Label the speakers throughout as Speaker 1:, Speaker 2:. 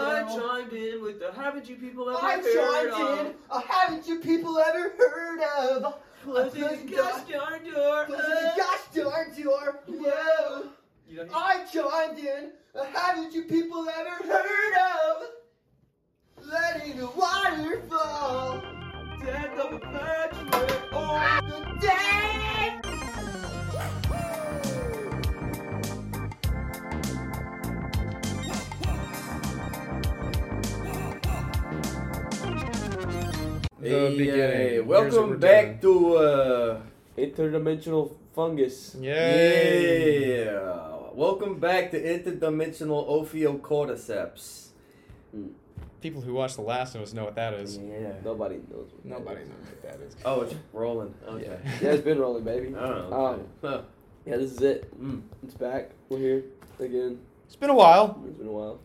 Speaker 1: chimed in with the haven't you people ever
Speaker 2: I
Speaker 1: heard
Speaker 2: chimed
Speaker 3: uh,
Speaker 1: of?
Speaker 2: in. Oh, haven't you people ever heard of?
Speaker 1: Closing
Speaker 2: Closing
Speaker 1: the
Speaker 2: the
Speaker 1: gosh darn door.
Speaker 2: Closing the gosh darn door. Whoa.
Speaker 1: You don't need-
Speaker 2: I chimed in. Uh, Haven't you people ever heard of letting the water fall?
Speaker 1: Dead of a bachelor. Oh,
Speaker 2: The day.
Speaker 4: The
Speaker 3: Hey, hey,
Speaker 4: beginning. Here's what we're
Speaker 3: welcome back to uh, Interdimensional Fungus.
Speaker 4: Yay.
Speaker 3: Yeah. Welcome back to Interdimensional Ophiocordyceps.
Speaker 4: People who watched The Last of Us know what that is.
Speaker 3: Yeah. Nobody knows. What that
Speaker 4: Nobody
Speaker 3: is.
Speaker 4: knows what that is.
Speaker 3: Oh, it's rolling. Okay.
Speaker 4: Yeah. Um,
Speaker 3: Yeah.
Speaker 4: Yeah,
Speaker 3: it's
Speaker 4: it's
Speaker 3: been rolling, baby.
Speaker 4: okay.
Speaker 3: huh.
Speaker 5: Yeah, this is it.
Speaker 3: Mm.
Speaker 5: It's back. We're here again.
Speaker 4: It's been a while.
Speaker 5: It's been a while.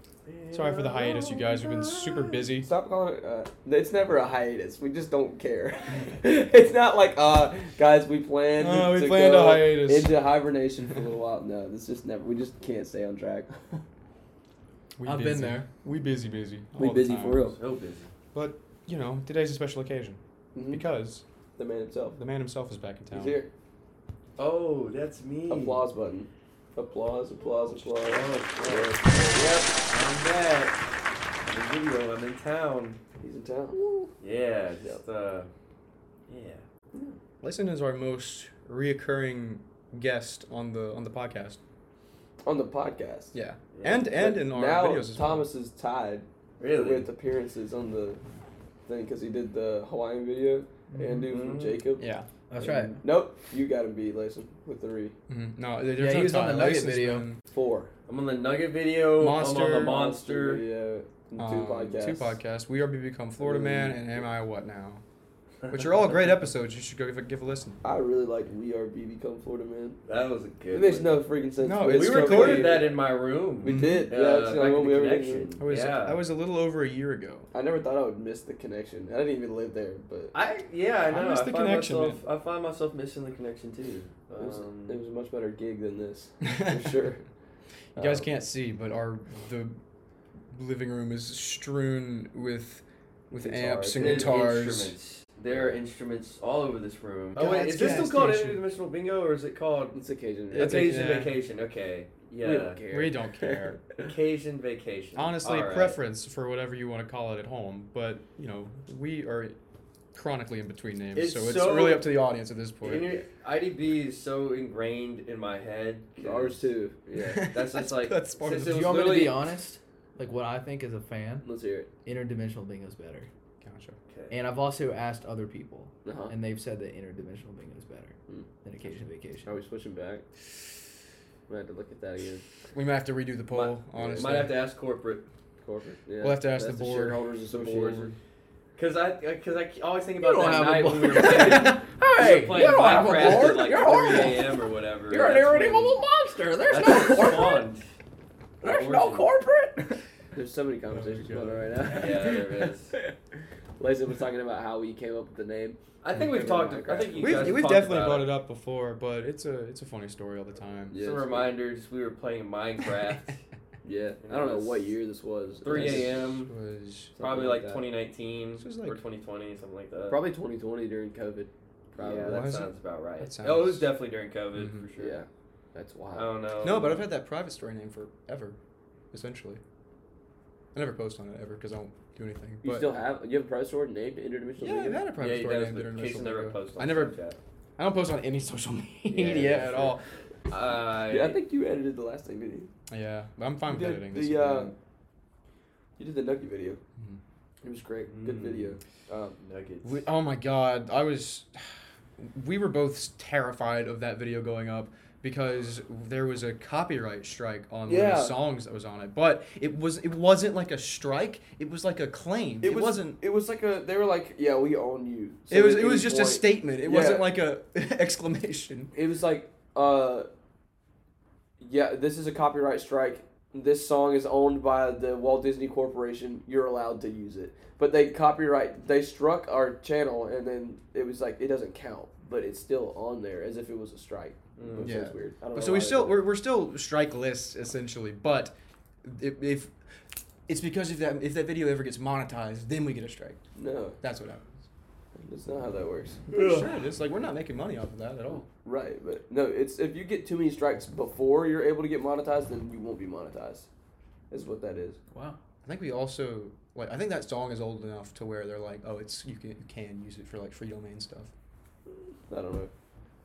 Speaker 4: Sorry for the hiatus, you guys. We've been super busy.
Speaker 5: Stop calling it. Uh, it's never a hiatus. We just don't care. it's not like, uh, guys, we planned.
Speaker 4: Oh, we
Speaker 5: to
Speaker 4: planned a
Speaker 5: go
Speaker 4: hiatus.
Speaker 5: Into hibernation for a little while. No, this just never. We just can't stay on track.
Speaker 4: We
Speaker 3: I've been
Speaker 4: busy.
Speaker 3: there.
Speaker 4: We busy, busy.
Speaker 5: We
Speaker 4: all the
Speaker 5: busy
Speaker 4: time.
Speaker 5: for real.
Speaker 3: So busy.
Speaker 4: But you know, today's a special occasion
Speaker 5: hmm
Speaker 4: because
Speaker 5: The man himself.
Speaker 4: the man himself is back in town.
Speaker 5: He's here.
Speaker 3: Oh, that's me.
Speaker 5: Applause button. Applause, applause, applause.
Speaker 3: Oh, Yep. I'm back. The video. I'm in town.
Speaker 5: He's in town.
Speaker 3: Yeah. Just uh. Yeah.
Speaker 4: Lyson is our most reoccurring guest on the on the podcast.
Speaker 5: On the podcast.
Speaker 4: Yeah,
Speaker 3: Yeah.
Speaker 4: and and in our
Speaker 5: now
Speaker 4: videos as
Speaker 5: Thomas is tied
Speaker 3: Really.
Speaker 5: with appearances on the thing because he did the Hawaiian video. And dude from
Speaker 3: Mhm.
Speaker 5: Jacob.
Speaker 4: well. Mm-hmm. Yeah.
Speaker 6: That's right.
Speaker 5: Nope, you got him beat, Lason, with three.
Speaker 4: hmm No, there's
Speaker 6: Yeah,
Speaker 4: no
Speaker 6: he was on the
Speaker 4: tie.
Speaker 6: Nugget
Speaker 4: Lyson's
Speaker 6: video.
Speaker 4: been-
Speaker 5: Four.
Speaker 3: I'm on the Nugget video. I'm on the
Speaker 4: Monster.
Speaker 3: monster.
Speaker 5: Yeah,
Speaker 4: um,
Speaker 5: two podcasts.
Speaker 4: Two podcasts. We are become Florida
Speaker 5: Mm.
Speaker 4: Man and Am I What Now? Which are all great episodes. You should go give a, give a listen.
Speaker 5: I really like We Are B Become Florida Man.
Speaker 3: That was a
Speaker 5: It
Speaker 3: good.
Speaker 5: makes
Speaker 3: one.
Speaker 5: no freaking sense.
Speaker 4: No,
Speaker 5: but
Speaker 4: it's
Speaker 3: we
Speaker 4: so
Speaker 3: recorded
Speaker 4: weird.
Speaker 3: that in my room.
Speaker 5: We
Speaker 4: Mhm.
Speaker 5: did.
Speaker 3: Uh,
Speaker 5: yeah, it's the
Speaker 3: back
Speaker 5: only
Speaker 3: in
Speaker 5: one
Speaker 3: the
Speaker 5: we ever
Speaker 3: connection.
Speaker 5: did.
Speaker 4: I was
Speaker 3: Yeah.
Speaker 4: I was a little over a year ago.
Speaker 5: I never thought I would miss the connection. I didn't even live there, but
Speaker 3: I yeah, I
Speaker 4: I
Speaker 3: know. I,
Speaker 4: miss the
Speaker 3: find
Speaker 4: connection,
Speaker 3: myself. I find myself missing the connection too.
Speaker 5: it was,
Speaker 3: Um,
Speaker 5: it was a much better gig than this, for
Speaker 4: For
Speaker 5: sure.
Speaker 4: You guys
Speaker 3: Oh.
Speaker 5: Um,
Speaker 4: can't see, but our the living room is strewn with with amps and
Speaker 3: And
Speaker 4: guitars.
Speaker 3: Instruments. There are instruments all over this room. Oh wait,
Speaker 4: God's
Speaker 3: is this
Speaker 4: gas
Speaker 3: still called
Speaker 4: station.
Speaker 3: interdimensional bingo or is it called
Speaker 5: It's occasion.
Speaker 4: It's a-
Speaker 3: occasion
Speaker 4: yeah.
Speaker 3: vacation? Okay, yeah,
Speaker 5: We don't care.
Speaker 4: We don't care.
Speaker 3: occasion vacation.
Speaker 4: Honestly,
Speaker 3: All right.
Speaker 4: preference for whatever you want to call it at home, but you know we are chronically in between names,
Speaker 3: It's
Speaker 4: so it's
Speaker 3: so-
Speaker 4: really up to the audience at this point.
Speaker 3: Inter- IDB is so ingrained in my head. 'cause-
Speaker 5: Ours too.
Speaker 3: Yeah, that's just like-
Speaker 4: that's part of
Speaker 3: since
Speaker 4: the
Speaker 3: it
Speaker 6: Do
Speaker 3: was
Speaker 6: you want me to
Speaker 3: literally-
Speaker 6: be honest? Like what I think as a fan,
Speaker 5: Let's hear it.
Speaker 6: interdimensional bingo's better.
Speaker 4: gotcha.
Speaker 3: Okay.
Speaker 6: And I've also asked other people,
Speaker 5: Uh-huh.
Speaker 6: and they've said that interdimensional bingo's better
Speaker 5: Hmm.
Speaker 6: than Occasion Vacation.
Speaker 5: Are we switching back? I might have to look at that again.
Speaker 4: We might have to redo the poll.
Speaker 3: Might-
Speaker 4: honestly,
Speaker 3: might have to ask corporate
Speaker 5: Corporate. Yeah.
Speaker 4: We'll have to ask
Speaker 5: That's
Speaker 4: the board.
Speaker 5: shareholders association.
Speaker 3: Board. Because I, because I always think
Speaker 6: You
Speaker 3: about that
Speaker 6: don't have a
Speaker 3: night when we were
Speaker 6: board.
Speaker 3: playing, we were
Speaker 6: Hey,
Speaker 3: playing
Speaker 6: you don't have a
Speaker 3: Minecraft
Speaker 6: board.
Speaker 3: at like
Speaker 6: You're
Speaker 3: 3
Speaker 6: horrible.
Speaker 3: a.m. or whatever.
Speaker 6: You're an
Speaker 3: That's when-
Speaker 6: irredeemable monster. There's
Speaker 3: that's
Speaker 6: no
Speaker 3: when it
Speaker 6: corporate.
Speaker 3: spawned.
Speaker 6: There's no
Speaker 3: Origin.
Speaker 6: corporate.
Speaker 5: There's so many conversations
Speaker 4: Oh my
Speaker 5: going
Speaker 4: God.
Speaker 5: on right now.
Speaker 3: Yeah, there is.
Speaker 5: Layson was talking about how we came up with the name.
Speaker 3: I think we've talked. I think you
Speaker 4: We've,
Speaker 3: guys
Speaker 4: we've
Speaker 3: talked
Speaker 4: definitely
Speaker 3: about
Speaker 4: brought it up before, but it's a it's a funny story all the time.
Speaker 3: Just a reminder, just we were playing Minecraft,
Speaker 5: Yeah, I don't know what year this was.
Speaker 3: 3
Speaker 5: It's
Speaker 3: a.m.
Speaker 4: was
Speaker 3: Probably like uh,
Speaker 5: that.
Speaker 3: 2019
Speaker 4: This was
Speaker 3: or
Speaker 4: like-
Speaker 3: 2020, something like that.
Speaker 5: Probably 2020 during COVID. Probably.
Speaker 3: yeah,
Speaker 4: Why
Speaker 3: that
Speaker 4: is it-
Speaker 3: sounds about right.
Speaker 4: that
Speaker 3: Oh, it was
Speaker 4: sounds-
Speaker 3: definitely during COVID
Speaker 4: Mhm.
Speaker 3: for sure. Um,
Speaker 5: Yeah, that's
Speaker 3: I
Speaker 5: wild.
Speaker 3: don't know.
Speaker 4: No, but I've had that private story name forever, essentially. I never post on it ever because I don't do anything.
Speaker 5: you
Speaker 4: but-
Speaker 5: still have you have a price sword named Interdimensional?
Speaker 4: yeah, I've
Speaker 5: Media?
Speaker 4: had a private
Speaker 3: yeah,
Speaker 4: story
Speaker 3: that
Speaker 4: named
Speaker 3: was the
Speaker 4: International
Speaker 3: case never
Speaker 4: Nigga.
Speaker 3: posted.
Speaker 4: I never, I don't post on any social media
Speaker 3: yeah,
Speaker 4: at
Speaker 3: sure.
Speaker 4: all.
Speaker 3: Uh,
Speaker 5: Yeah, I think you edited the last thing, didn't you?
Speaker 4: Yeah, but I'm fine with
Speaker 5: You did
Speaker 4: editing.
Speaker 5: the,
Speaker 4: this
Speaker 5: uh,
Speaker 4: video.
Speaker 5: You did the Nucky video.
Speaker 4: Mhm.
Speaker 5: It was great. Good
Speaker 3: Mm.
Speaker 5: video. Um,
Speaker 3: Nuggets.
Speaker 4: We- oh my god, I was. We were both terrified of that video going up because there was a copyright strike on one of
Speaker 5: Yeah.
Speaker 4: the songs that was on it. But it was it wasn't like a strike. It was like a claim. It,
Speaker 5: was,
Speaker 4: wasn't.
Speaker 5: It was like a. They were like, "Yeah, we own you." So
Speaker 4: it was
Speaker 5: at
Speaker 4: it was
Speaker 5: any
Speaker 4: just a
Speaker 5: point-
Speaker 4: statement. It
Speaker 5: Yeah.
Speaker 4: wasn't like a exclamation.
Speaker 5: It was like, uh, yeah, this is a copyright strike. This song is owned by the Walt Disney Corporation. You're allowed to use it, but they copyright. They struck our channel, and then it was like it doesn't count, but it's still on there as if it was a strike.
Speaker 3: Mm.
Speaker 5: Which
Speaker 4: Yeah.
Speaker 5: is weird. I don't know
Speaker 4: So
Speaker 5: why
Speaker 4: we
Speaker 5: they
Speaker 4: still
Speaker 5: did that.
Speaker 4: we're, we're still strike lists essentially, but if, if It's because if that if that video ever gets monetized, then we get a strike.
Speaker 5: No,
Speaker 4: That's what happens.
Speaker 5: that's not how that works.
Speaker 4: Sure, it's like we're not making money off of that at all.
Speaker 5: Right, but no, it's if you get too many strikes before you're able to get monetized, then you won't be monetized. Is what that is.
Speaker 1: Wow.
Speaker 4: I think we also like I think that song is old enough to where they're like, oh, it's you can you can use it for like free domain stuff.
Speaker 5: I don't know.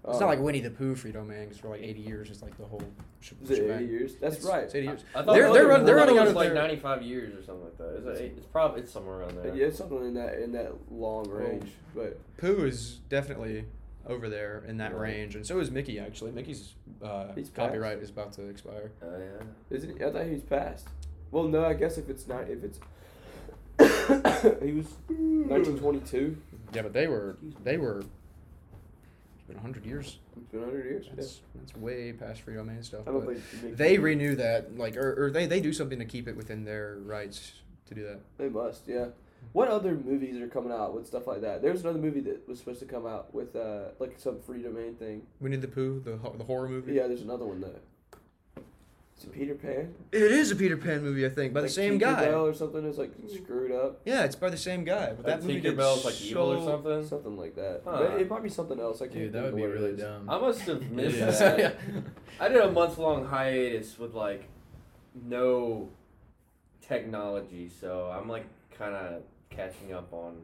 Speaker 4: It's
Speaker 5: Um,
Speaker 4: not like Winnie the Pooh free domain because for like eighty years it's like the whole. Sh-
Speaker 5: is it
Speaker 4: shebang.
Speaker 5: 80 years? That's
Speaker 4: It's-
Speaker 5: right.
Speaker 4: It's eighty years.
Speaker 3: I
Speaker 4: They're-
Speaker 3: Logan-
Speaker 4: they're run-
Speaker 3: I thought
Speaker 4: they're running
Speaker 3: it
Speaker 4: out
Speaker 3: was
Speaker 4: of
Speaker 3: like
Speaker 4: their-
Speaker 3: 95 years or something like that. Is it, it's probably it's somewhere around there.
Speaker 5: Uh, Yeah, it's something in that in that long
Speaker 4: Oh.
Speaker 5: range. But
Speaker 4: Pooh is definitely over there in that
Speaker 3: Right.
Speaker 4: range, and so is Mickey actually. Mickey's uh,
Speaker 5: He's passed.
Speaker 4: copyright is about to expire.
Speaker 3: Oh yeah.
Speaker 5: isn't he, I thought he was passed. Well, no, I guess if it's not if it's he was 1922.
Speaker 4: Yeah, but they were they were. It's been hundred years.
Speaker 5: It's been 100 years. yeah.
Speaker 4: That's that's way past free domain stuff.
Speaker 5: I don't
Speaker 4: but
Speaker 5: think Mickey-
Speaker 4: they renew that like or, or they they do something to keep it within their rights to do that.
Speaker 5: They must, yeah. What other movies are coming out with stuff like that? There was another movie that was supposed to come out with uh, like some free domain thing.
Speaker 4: Winnie the Pooh, the ho- the horror movie.
Speaker 5: Yeah, there's another one though. Is it Peter Pan?
Speaker 4: It is a Peter Pan movie, I think, by
Speaker 5: Like
Speaker 4: the same
Speaker 5: Tinker
Speaker 4: guy.
Speaker 5: Bell or something is like screwed up,
Speaker 4: Yeah, it's by the same guy. But that
Speaker 3: Like,
Speaker 4: movie did
Speaker 3: Tinkerbell's like
Speaker 4: so...
Speaker 3: evil or something.
Speaker 5: something like that.
Speaker 3: Huh.
Speaker 5: But it might be something else. I can't.
Speaker 6: Dude, that
Speaker 5: think
Speaker 6: would be
Speaker 5: of what it
Speaker 6: really
Speaker 5: is.
Speaker 6: dumb.
Speaker 3: I must have missed
Speaker 6: Yeah.
Speaker 3: that. I did a month long hiatus with like no technology, so I'm like kind of catching up on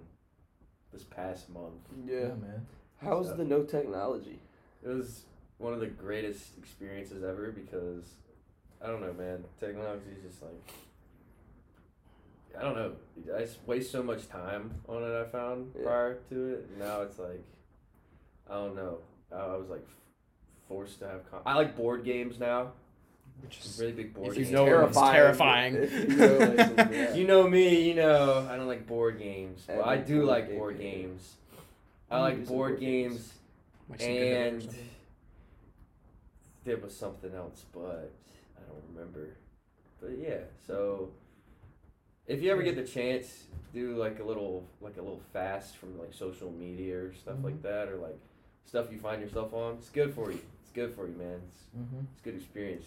Speaker 3: this past month.
Speaker 5: Yeah.
Speaker 6: man.
Speaker 5: How is
Speaker 3: So-
Speaker 5: the no technology?
Speaker 3: It was one of the greatest experiences ever because I don't know, man. Technology is just like I don't know. I s- waste so much time on it. I found
Speaker 5: Yeah.
Speaker 3: prior to it. Now it's like I don't know. I, I was like f- forced to have. Con- I like board games now.
Speaker 4: Which
Speaker 3: I'm
Speaker 4: is
Speaker 3: really big board.
Speaker 4: if you
Speaker 3: games.
Speaker 4: know him, it's
Speaker 5: Terrifying.
Speaker 4: terrifying.
Speaker 5: If you know, like, yeah.
Speaker 3: You know me, you know I don't like board games, but I
Speaker 5: Every
Speaker 3: do
Speaker 5: board
Speaker 3: like
Speaker 5: game
Speaker 3: board
Speaker 5: is-
Speaker 3: games.
Speaker 5: Mm,
Speaker 3: I like
Speaker 5: it's a
Speaker 3: board
Speaker 5: board games.
Speaker 3: games,
Speaker 4: Like some good
Speaker 3: and
Speaker 4: or something.
Speaker 3: there was something else, but I don't remember. But yeah, so if you ever get the chance, do like a little like a little fast from like social media or stuff
Speaker 4: Mm-hmm.
Speaker 3: like that, or like stuff you find yourself on. It's good for you. It's good for you, man. It's,
Speaker 7: Mm-hmm.
Speaker 3: it's a good experience.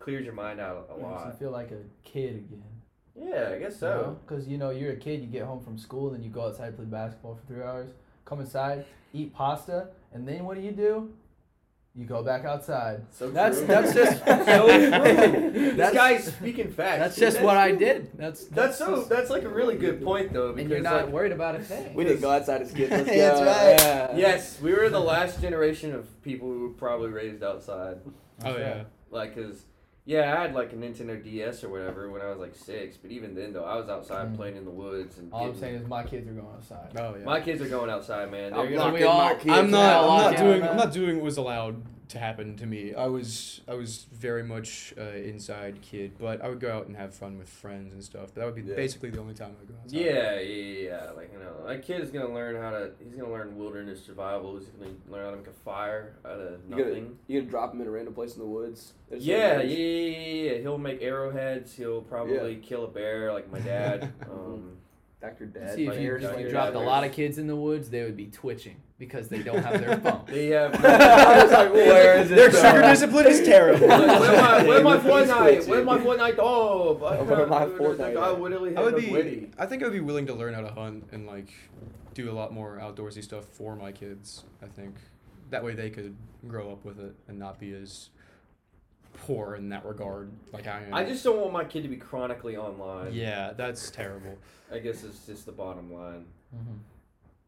Speaker 3: Clears your mind out a
Speaker 7: Makes you
Speaker 3: lot.
Speaker 7: feel like a kid again.
Speaker 3: Yeah, I guess so.
Speaker 7: because you know you're a kid, you get home from school, then you go outside play basketball for three hours, come inside, eat pasta, and then what do you do? You go back outside.
Speaker 3: So
Speaker 7: That's
Speaker 3: true.
Speaker 7: that's just
Speaker 3: so true. this
Speaker 6: That's-
Speaker 3: guy's speaking facts.
Speaker 6: That's just what I did. That's
Speaker 3: That's so. That's like a really good point though. Because
Speaker 6: and you're not
Speaker 3: like,
Speaker 6: worried about a thing.
Speaker 5: We didn't go outside as kids. Let's
Speaker 6: That's
Speaker 5: go.
Speaker 6: right.
Speaker 5: Yeah.
Speaker 3: yes, we were the last generation of people who were probably raised outside.
Speaker 4: Oh yeah.
Speaker 3: Like, cause yeah, I had like a Nintendo DS or whatever when I was like six. But even then though, I was outside
Speaker 7: Mm.
Speaker 3: playing in the woods and.
Speaker 7: All I'm
Speaker 3: getting-
Speaker 7: saying is my kids are going outside.
Speaker 4: Oh yeah.
Speaker 3: my kids are going outside, man. They're
Speaker 5: I'm
Speaker 3: gonna-
Speaker 5: locking
Speaker 6: we all-
Speaker 5: my kids
Speaker 4: I'm not.
Speaker 5: out.
Speaker 4: I'm not
Speaker 6: Yeah,
Speaker 4: doing.
Speaker 6: man.
Speaker 4: I'm not doing what was allowed to happen to me. I was. I was very much uh, inside kid, but I would go out and have fun with friends and stuff. That would be
Speaker 5: Yeah.
Speaker 4: basically the only time I would go outside.
Speaker 3: Yeah, yeah, yeah. yeah. Like you know, my kid is gonna learn how to. He's gonna learn wilderness survival. He's gonna learn how to make a fire out of
Speaker 5: You gotta-
Speaker 3: nothing.
Speaker 5: You can drop them in a random place in the woods. There's so
Speaker 3: Yeah, yeah,
Speaker 5: many-
Speaker 3: yeah, yeah, yeah. He'll make arrowheads. He'll probably kill a bear like my dad. Um,
Speaker 5: Dr. Dad.
Speaker 6: See,
Speaker 3: my
Speaker 6: if you,
Speaker 3: ears
Speaker 6: if
Speaker 3: don't
Speaker 6: you
Speaker 3: hear
Speaker 6: dropped a
Speaker 3: that.
Speaker 6: lot of kids in the woods, they would be twitching because they don't have their phone.
Speaker 3: they have.
Speaker 5: I was like, where is it?
Speaker 4: Their
Speaker 5: going?
Speaker 4: sugar discipline is terrible.
Speaker 3: Where my where my
Speaker 5: He's
Speaker 3: Fortnite?
Speaker 5: twitching.
Speaker 3: Where my Fortnite? Oh, but
Speaker 5: Where my Fortnite
Speaker 3: I
Speaker 5: at?
Speaker 3: literally
Speaker 4: I
Speaker 3: had
Speaker 4: would
Speaker 3: a
Speaker 4: be.
Speaker 3: witty.
Speaker 4: I think I would be willing to learn how to hunt and like do a lot more outdoorsy stuff for my kids. I think that way they could grow up with it and not be as poor in that regard. Like I am.
Speaker 3: I just don't want my kid to be chronically online.
Speaker 4: Yeah, that's terrible.
Speaker 3: I guess it's just the bottom line.
Speaker 7: Mhm.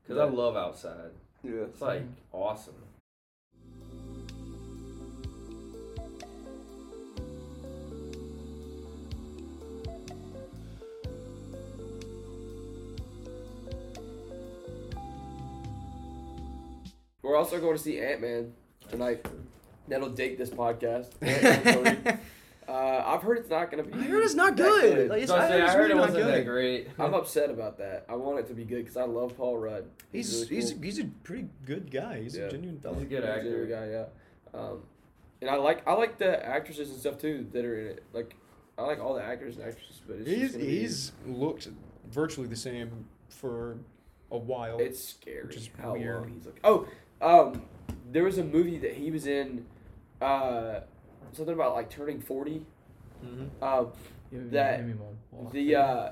Speaker 3: Cause I love outside.
Speaker 5: Yeah.
Speaker 3: It's like
Speaker 4: Mm-hmm.
Speaker 3: awesome.
Speaker 5: We're also going to see Ant Man tonight. That'll date this podcast. Ant-Man three. uh, I've heard it's not going to be.
Speaker 4: I heard it's not
Speaker 5: that
Speaker 4: good. Like, it's,
Speaker 3: So I,
Speaker 4: I
Speaker 3: say,
Speaker 4: heard
Speaker 3: I
Speaker 4: it's
Speaker 3: heard
Speaker 4: really
Speaker 3: it
Speaker 4: not
Speaker 3: wasn't that
Speaker 4: good.
Speaker 3: great.
Speaker 5: I'm upset about that. I want it to be good because I love Paul Rudd.
Speaker 4: He's
Speaker 5: really
Speaker 4: he's
Speaker 5: cool.
Speaker 4: he's a pretty good guy. He's
Speaker 5: Yeah.
Speaker 4: a genuine
Speaker 3: He's
Speaker 4: fella.
Speaker 3: a good
Speaker 5: He's a good
Speaker 3: actor.
Speaker 5: guy, yeah. Um, and I like I like the actresses and stuff too that are in it. Like I like all the actors and actresses, but it's just
Speaker 4: He's
Speaker 5: gonna be-
Speaker 4: he's looked virtually the same for a while.
Speaker 5: It's scary
Speaker 4: Which is
Speaker 5: how
Speaker 4: weird.
Speaker 5: long he's looking. Oh, um, there was a movie that he was in, uh, something about like turning forty.
Speaker 4: Mhm.
Speaker 5: Uh,
Speaker 7: Give me-
Speaker 5: That-
Speaker 7: give me my walk.
Speaker 5: The uh,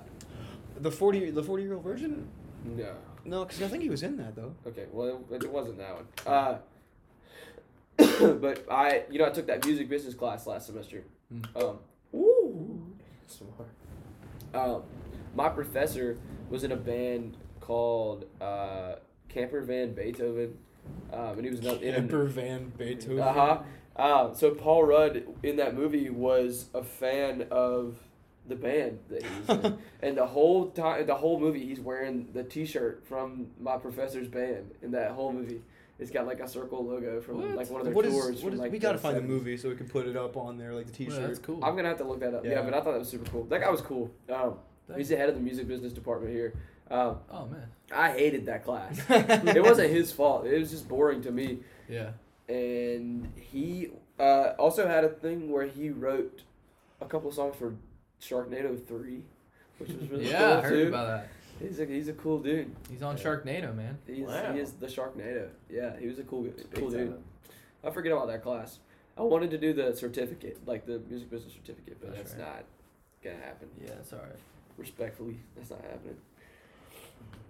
Speaker 4: The forty the forty year old version?
Speaker 5: no.
Speaker 4: No, because I think he was in that though.
Speaker 5: Okay, well, it, it wasn't that one. Uh, but I, you know, I took that music business class last semester.
Speaker 4: Mm.
Speaker 5: Um,
Speaker 3: Smart.
Speaker 5: um, my professor was in a band called uh, Camper Van Beethoven, um, and he was not in.
Speaker 4: Emperor Van Beethoven.
Speaker 5: Uh huh. Um, so Paul Rudd in that movie was a fan of the band that he was in, and the whole time, the whole movie, he's wearing the T-shirt from my professor's band in that whole movie. It's got like a circle logo from
Speaker 4: What?
Speaker 5: like one of their
Speaker 4: What is-
Speaker 5: tours.
Speaker 4: what
Speaker 5: from,
Speaker 4: is-
Speaker 5: like,
Speaker 4: we gotta
Speaker 5: the
Speaker 4: find the
Speaker 5: 70s.
Speaker 4: movie so we can put it up on there, like the
Speaker 6: Well,
Speaker 4: T-shirt.
Speaker 6: that's cool.
Speaker 5: I'm gonna have to look that up. Yeah.
Speaker 4: Yeah.
Speaker 5: but I thought that was super cool. That guy was cool. Um, he's the head of the music business department here. Um,
Speaker 6: oh man.
Speaker 5: I hated that class. it wasn't his fault. It was just boring to me.
Speaker 6: Yeah.
Speaker 5: and he uh, also had a thing where he wrote a couple songs for Sharknado Three, which was really
Speaker 6: Yeah, I
Speaker 5: cool
Speaker 6: heard
Speaker 5: too.
Speaker 6: about that.
Speaker 5: He's a he's a cool dude.
Speaker 6: He's on
Speaker 3: Yeah.
Speaker 6: Sharknado, man.
Speaker 5: He's,
Speaker 3: Wow.
Speaker 5: He is the Sharknado. Yeah, he was a cool cool
Speaker 3: Big
Speaker 5: dude.
Speaker 3: time.
Speaker 5: I forget about that class. I wanted to do the certificate, like the music business certificate, but
Speaker 6: That's
Speaker 5: that's not gonna happen.
Speaker 6: Yeah, it's alright.
Speaker 5: Respectfully, that's not happening.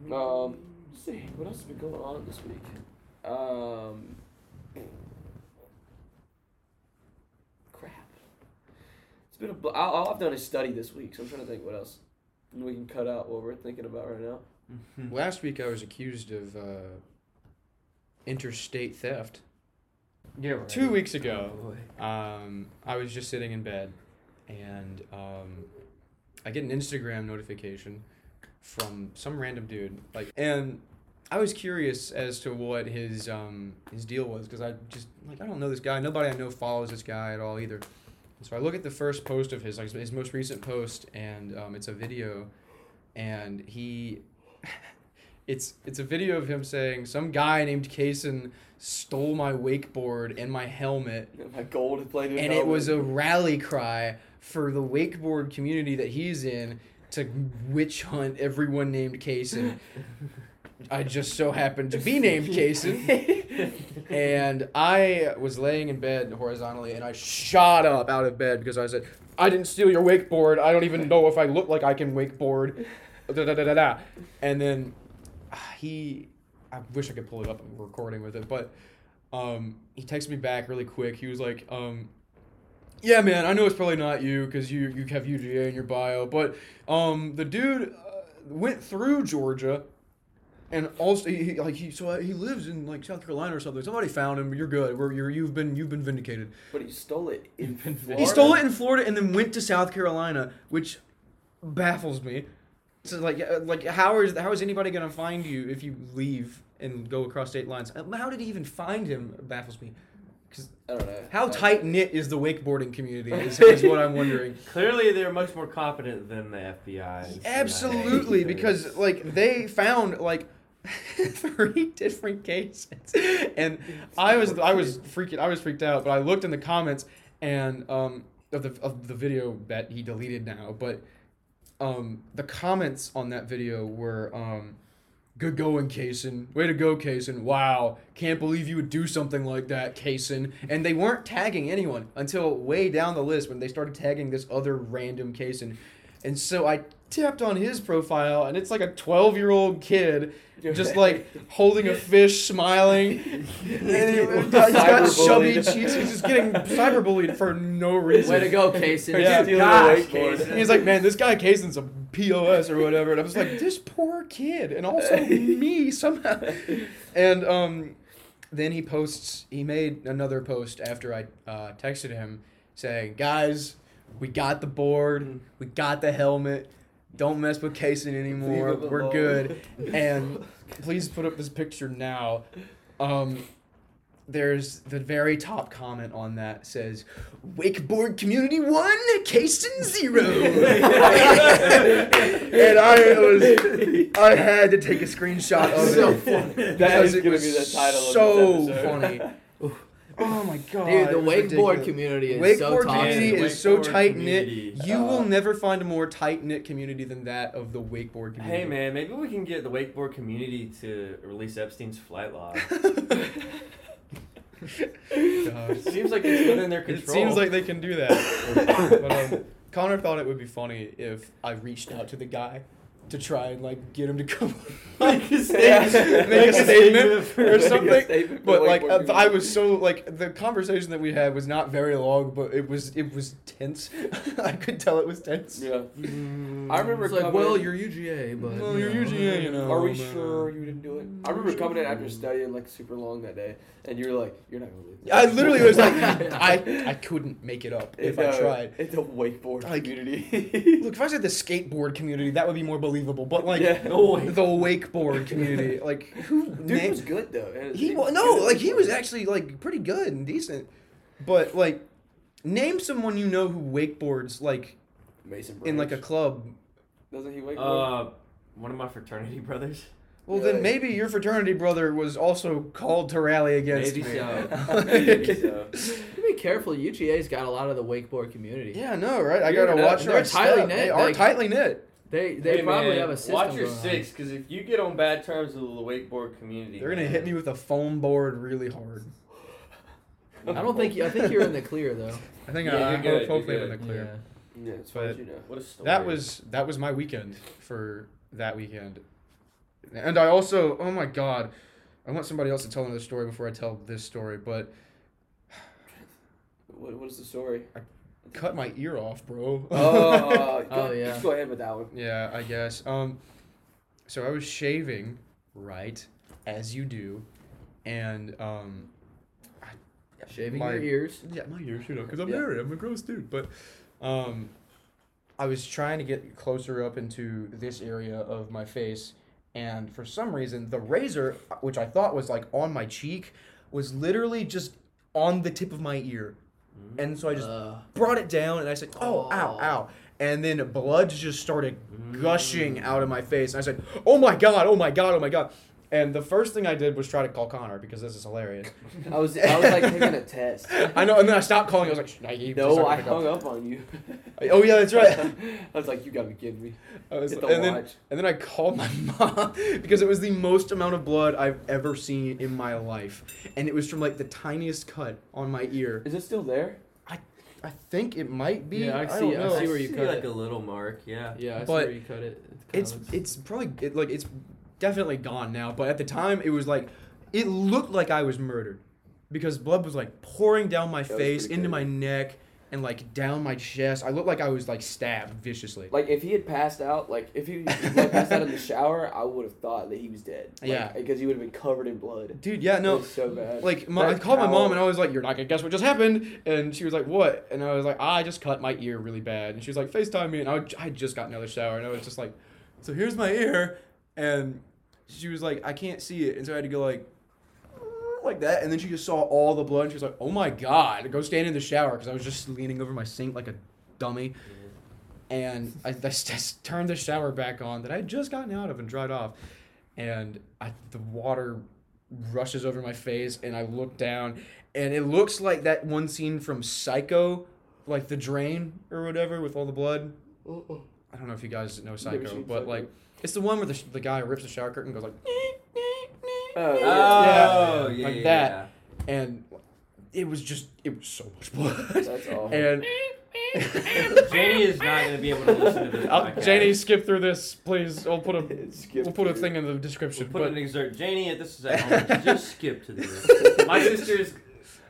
Speaker 3: Hmm.
Speaker 5: Um, let's see what else has been going on this week. Um, crap. It's been a. Bl- all, all I've done is study this week, so I'm trying to think what else we can cut out what we're thinking about right now.
Speaker 6: Mm-hmm.
Speaker 4: Last week I was accused of uh, interstate theft.
Speaker 6: Yeah. Right. Oh,
Speaker 4: Two weeks ago, um, I was just sitting in bed, and um, I get an Instagram notification from some random dude. Like, and I was curious as to what his um, his deal was because I just like I don't know this guy. Nobody I know follows this guy at all either. And so I look at the first post of his, like his most recent post, and um, it's a video, and he. It's, it's a video of him saying some guy named Kaysen stole my wakeboard and my helmet
Speaker 5: My gold is playing.
Speaker 4: and it was a rally cry for the wakeboard community that he's in to witch hunt everyone named Kaysen. I just so happened to be named Kaysen. and I was laying in bed horizontally and I shot up out of bed because I said, I didn't steal your wakeboard. I don't even know if I look like I can wakeboard. Da, da, da, da, da. And then ah, he, I wish I could pull it up. I'm recording with it, but um, he texted me back really quick. He was like, um, "Yeah, man, I know it's probably not you because you you have UGA in your bio, but um, the dude uh, went through Georgia, and also he, he- like he so uh, he lives in like South Carolina or something. Somebody found him. You're good. We're, you're you've been you've been vindicated.
Speaker 5: But he stole it in Florida.
Speaker 4: He stole it in Florida and then went to South Carolina, which baffles me. So like uh, like how is how is anybody gonna find you if you leave and go across state lines? Uh, How did he even find him? Baffles me.
Speaker 5: I don't know.
Speaker 4: How
Speaker 5: I-
Speaker 4: tight knit is the wakeboarding community? Is, is what I'm wondering.
Speaker 3: Clearly, they're much more competent than the FBI. and
Speaker 4: Absolutely,
Speaker 3: CIA.
Speaker 4: because like they found like three different cases, and I was I was freaking I was freaked out. But I looked in the comments and um of the of the video that he deleted now, but um the comments on that video were um. Good going, Kaysen. Way to go, Kaysen. Wow. Can't believe you would do something like that, Kaysen. And they weren't tagging anyone until way down the list when they started tagging this other random Kaysen. And so I tapped on his profile, and it's like a 12 year old kid just like holding a fish, smiling. and he, has got chubby
Speaker 5: Cyberbullied.
Speaker 4: cheeks. He's just getting cyberbullied for no reason.
Speaker 6: Way to go, Casey.
Speaker 4: Yeah.
Speaker 5: Stealing a
Speaker 3: Gosh,
Speaker 5: wakeboard.
Speaker 3: Casey.
Speaker 4: And he's like, man, this guy Kaysen's a POS or whatever. And I was like, this poor kid, and also me somehow. And um, then he posts, he made another post after I uh, texted him saying, guys, we got the board, we got the helmet. Don't mess with Kaysen anymore.
Speaker 5: Leave him
Speaker 4: We're
Speaker 5: alone."
Speaker 4: good. And please put up this picture now. Um, there's the very top comment on that says, Wakeboard Community 1, Kaysen 0. and I was, I had to take a screenshot of
Speaker 5: So
Speaker 4: it.
Speaker 5: funny.
Speaker 4: That
Speaker 5: That is
Speaker 4: it
Speaker 5: gonna
Speaker 4: was
Speaker 5: be the title of
Speaker 4: So
Speaker 5: this episode.
Speaker 4: funny. Oh my god.
Speaker 6: Dude, the
Speaker 4: it was
Speaker 6: wakeboard
Speaker 4: ridiculous.
Speaker 6: community is so
Speaker 4: Wakeboard
Speaker 6: toxic. Oh.
Speaker 4: community
Speaker 3: Yeah, the
Speaker 4: is so
Speaker 3: wakeboard
Speaker 4: tight knit.
Speaker 3: community.
Speaker 4: You will
Speaker 5: Uh,
Speaker 4: never find a more tight knit community than that of the wakeboard community.
Speaker 3: Hey man, maybe we can get the wakeboard community to release Epstein's flight log.
Speaker 4: God.
Speaker 3: Seems like it's within their
Speaker 4: It
Speaker 3: control.
Speaker 4: seems like they can do that. but, um, Connor thought it would be funny if I reached out to the guy to try and like get him to come like a statement, make a statement or something. But like I- I was so like the conversation that we had was not very long, but it was it was tense. I could tell it was tense.
Speaker 5: Yeah. I remember
Speaker 6: It's like,
Speaker 5: coming-
Speaker 6: well, you're UGA, but
Speaker 4: Well, you're UGA, you know.
Speaker 5: Are we
Speaker 4: Oh, man.
Speaker 5: sure you didn't do it? I remember coming in after studying like super long that day, and you were like, "You're not gonna leave."
Speaker 4: I literally was like, I, I couldn't make it up if I tried.
Speaker 5: It's a wakeboard
Speaker 4: Like-
Speaker 5: community.
Speaker 4: Look, if I said the skateboard community, that would be more believable. But like
Speaker 5: Yeah.
Speaker 4: the wakeboard community, like who?
Speaker 5: Dude
Speaker 4: na-
Speaker 5: was good though. and
Speaker 4: he
Speaker 5: it
Speaker 4: wa- no,
Speaker 5: good.
Speaker 4: like he was actually like pretty good and decent. But like, name someone you know who wakeboards like
Speaker 5: Mason
Speaker 4: in like a
Speaker 5: Branch.
Speaker 4: club.
Speaker 5: doesn't he wakeboard?
Speaker 3: Uh, one of my fraternity brothers.
Speaker 4: Well,
Speaker 5: Yeah.
Speaker 4: then maybe your fraternity brother was also called to rally against
Speaker 3: Maybe
Speaker 4: me.
Speaker 3: so.
Speaker 5: Maybe so.
Speaker 6: be careful. UGA's got a lot of the wakeboard community.
Speaker 4: Yeah, no, right? I
Speaker 6: You
Speaker 4: gotta
Speaker 6: never know.
Speaker 4: watch
Speaker 6: They're
Speaker 4: our
Speaker 6: tightly
Speaker 4: step.
Speaker 6: knit,
Speaker 4: They are
Speaker 6: like-
Speaker 4: tightly knit.
Speaker 6: They they
Speaker 3: Hey,
Speaker 6: probably
Speaker 3: man,
Speaker 6: have a system.
Speaker 3: Watch your
Speaker 6: going on.
Speaker 3: six, because if you get on bad terms with the wakeboard community,
Speaker 4: They're gonna hit me with a foam board really hard.
Speaker 6: I don't think you, I think you're in the clear though.
Speaker 4: I think
Speaker 3: Yeah,
Speaker 4: I,
Speaker 3: you're
Speaker 4: I
Speaker 3: good,
Speaker 4: hopefully
Speaker 3: you're
Speaker 4: I'm in the clear.
Speaker 6: Yeah.
Speaker 5: Yeah, as far as you know.
Speaker 3: What a story.
Speaker 4: That was that was my weekend for that weekend, and I also oh my god, I want somebody else to tell another story before I tell this story, but
Speaker 5: What, what is the story?
Speaker 4: cut my ear off, bro.
Speaker 5: Oh,
Speaker 6: Oh,
Speaker 5: go,
Speaker 6: yeah.
Speaker 5: Just go ahead with that one.
Speaker 4: yeah, I guess. Um, so I was shaving, right, as you do, and um,
Speaker 6: Shaving
Speaker 4: My-
Speaker 6: your ears.
Speaker 4: yeah, my ears, you know, because I'm
Speaker 5: Yeah.
Speaker 4: married, I'm a gross dude, but um, I was trying to get closer up into this area of my face, and for some reason, the razor, which I thought was like on my cheek, was literally just on the tip of my ear. And so I just
Speaker 6: Uh,
Speaker 4: brought it down and I said, oh, ow,
Speaker 6: Oh.
Speaker 4: ow. And then blood just started gushing out of my face. And I said, oh my God, oh my God, oh my God. And the first thing I did was try to call Connor because this is hilarious.
Speaker 5: I was I was like taking a test.
Speaker 4: I know, and then I stopped calling. I was like, "Shh, nah, you just
Speaker 5: No,
Speaker 4: don't
Speaker 5: I
Speaker 4: pick up."
Speaker 5: hung up on you.
Speaker 4: Oh yeah, that's right.
Speaker 5: I was like, you gotta be kidding me.
Speaker 4: I was,
Speaker 5: Get
Speaker 4: and
Speaker 5: the
Speaker 4: then
Speaker 5: watch.
Speaker 4: and then I called my mom because it was the most amount of blood I've ever seen in my life, and it was from like the tiniest cut on my ear.
Speaker 5: Is it still there?
Speaker 4: I think it might be.
Speaker 6: Yeah, I
Speaker 4: don't
Speaker 6: see- I
Speaker 4: know.
Speaker 6: see where you cut
Speaker 3: Oh, like
Speaker 6: it.
Speaker 3: a little mark, yeah.
Speaker 6: yeah, I see
Speaker 4: But
Speaker 6: where you cut it. It
Speaker 4: It's
Speaker 6: kinda looks-
Speaker 4: it's probably it, like it's definitely gone now, but at the time it was like it looked like I was murdered because blood was like pouring down my
Speaker 5: That was
Speaker 4: face
Speaker 5: pretty
Speaker 4: into
Speaker 5: good.
Speaker 4: my neck and like down my chest. I looked like I was like stabbed viciously.
Speaker 5: Like if he had passed out, like if he like, passed out in the shower, I would have thought that he was dead. Like,
Speaker 4: Yeah.
Speaker 5: because he would have been covered in blood.
Speaker 4: Dude, yeah,
Speaker 5: No,
Speaker 4: no,
Speaker 5: so bad.
Speaker 4: Like my, I
Speaker 5: That
Speaker 4: called my
Speaker 5: towel.
Speaker 4: mom and I was like, "You're not gonna guess what just happened," and she was like, "What?" And I was like, "Ah, "I just cut my ear really bad," and she was like, "Facetime me," and I, would- I had just got another shower and I was just like, "So here's my ear," and she was like, "I can't see it," and so I had to go like. Like that, and then she just saw all the blood, and she was like, "Oh my god, go stand in the shower," because I was just leaning over my sink like a dummy, and I, I just turned the shower back on that I had just gotten out of and dried off, and I, the water rushes over my face and I look down and it looks like that one scene from Psycho, like the drain or whatever with all the blood. I don't know if you guys know Psycho,
Speaker 5: seen
Speaker 4: but
Speaker 5: Psycho.
Speaker 4: like it's the one where the, the guy rips the shower curtain and goes like
Speaker 5: Oh, yeah.
Speaker 3: Oh, yeah,
Speaker 4: Yeah, like
Speaker 3: yeah,
Speaker 4: that.
Speaker 3: yeah.
Speaker 4: and it was just it was so much blood.
Speaker 5: That's awful.
Speaker 4: And
Speaker 3: Janie is not going to be able to listen to this
Speaker 4: I'll-
Speaker 3: podcast.
Speaker 4: Janie, skip through this, please. I'll put a
Speaker 5: Skip
Speaker 4: we'll put a
Speaker 5: through.
Speaker 4: thing in the description.
Speaker 3: We'll put
Speaker 4: but
Speaker 3: an excerpt. Janie, if this is at home, just skip to the. My sister's.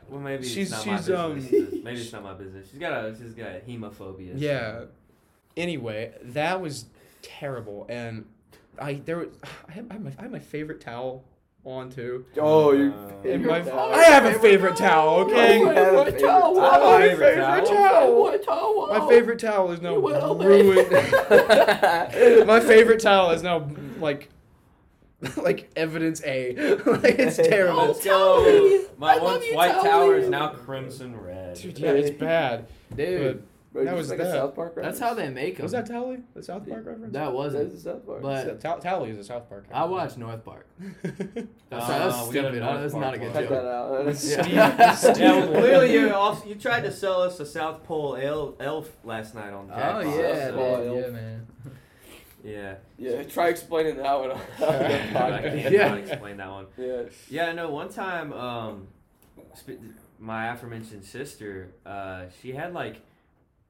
Speaker 3: Well, maybe
Speaker 4: She's-
Speaker 3: it's not
Speaker 4: she's,
Speaker 3: my
Speaker 4: um,
Speaker 3: business. maybe it's not my business. She's got a. She's got a hemophobia. so-
Speaker 4: Yeah. Anyway, that was terrible, and I there was, I had, I had my I had my favorite towel on too.
Speaker 5: Oh, you.
Speaker 3: Uh,
Speaker 5: Favorite
Speaker 4: And my,
Speaker 5: towel. Oh,
Speaker 4: I have a favorite towel, okay?
Speaker 5: You have a
Speaker 4: My
Speaker 5: favorite
Speaker 4: towel,
Speaker 5: towel.
Speaker 4: my
Speaker 3: Favorite towel.
Speaker 4: favorite towel.
Speaker 6: What tall
Speaker 4: My
Speaker 6: wall?
Speaker 4: favorite towel is
Speaker 6: You will
Speaker 4: now
Speaker 6: be.
Speaker 4: ruined. my favorite towel is now like like evidence A. like
Speaker 5: Oh.
Speaker 4: it's terrible.
Speaker 3: Let's go. My
Speaker 6: I love
Speaker 3: once
Speaker 6: you,
Speaker 3: white
Speaker 6: Towley.
Speaker 3: tower is now crimson red.
Speaker 4: Dude, yeah, it's bad.
Speaker 6: dude.
Speaker 5: Bro,
Speaker 4: That
Speaker 5: just
Speaker 4: was
Speaker 5: like
Speaker 4: that.
Speaker 5: a South Park
Speaker 6: That's
Speaker 5: reference.
Speaker 6: how they make
Speaker 4: But
Speaker 6: them.
Speaker 4: was that Tally? The South Park reference?
Speaker 6: that
Speaker 5: That's
Speaker 6: wasn't.
Speaker 5: the South Park.
Speaker 6: But
Speaker 4: Ta- Tally is a South Park.
Speaker 6: I watched North Park.
Speaker 4: Oh, reference.
Speaker 6: That's, that's
Speaker 3: Oh, we got a
Speaker 6: stupid.
Speaker 3: North
Speaker 6: That's
Speaker 3: Park
Speaker 6: not a good
Speaker 3: one.
Speaker 5: Cut
Speaker 6: joke.
Speaker 5: that out. That's
Speaker 6: Yeah.
Speaker 4: Steve-
Speaker 3: Yeah, well,
Speaker 4: Steve-
Speaker 3: clearly you also you tried to sell us a South Pole elf, elf last night on
Speaker 6: Oh
Speaker 3: Jackbox,
Speaker 6: yeah,
Speaker 3: so-
Speaker 5: Jackpot.
Speaker 6: dude. yeah, man.
Speaker 3: yeah.
Speaker 5: Yeah, try explaining that one on the
Speaker 3: I
Speaker 5: podcast.
Speaker 3: can't
Speaker 6: Yeah.
Speaker 3: really explain that one.
Speaker 5: Yeah.
Speaker 3: Yeah, no. One time, um, sp- my aforementioned sister, uh, she had like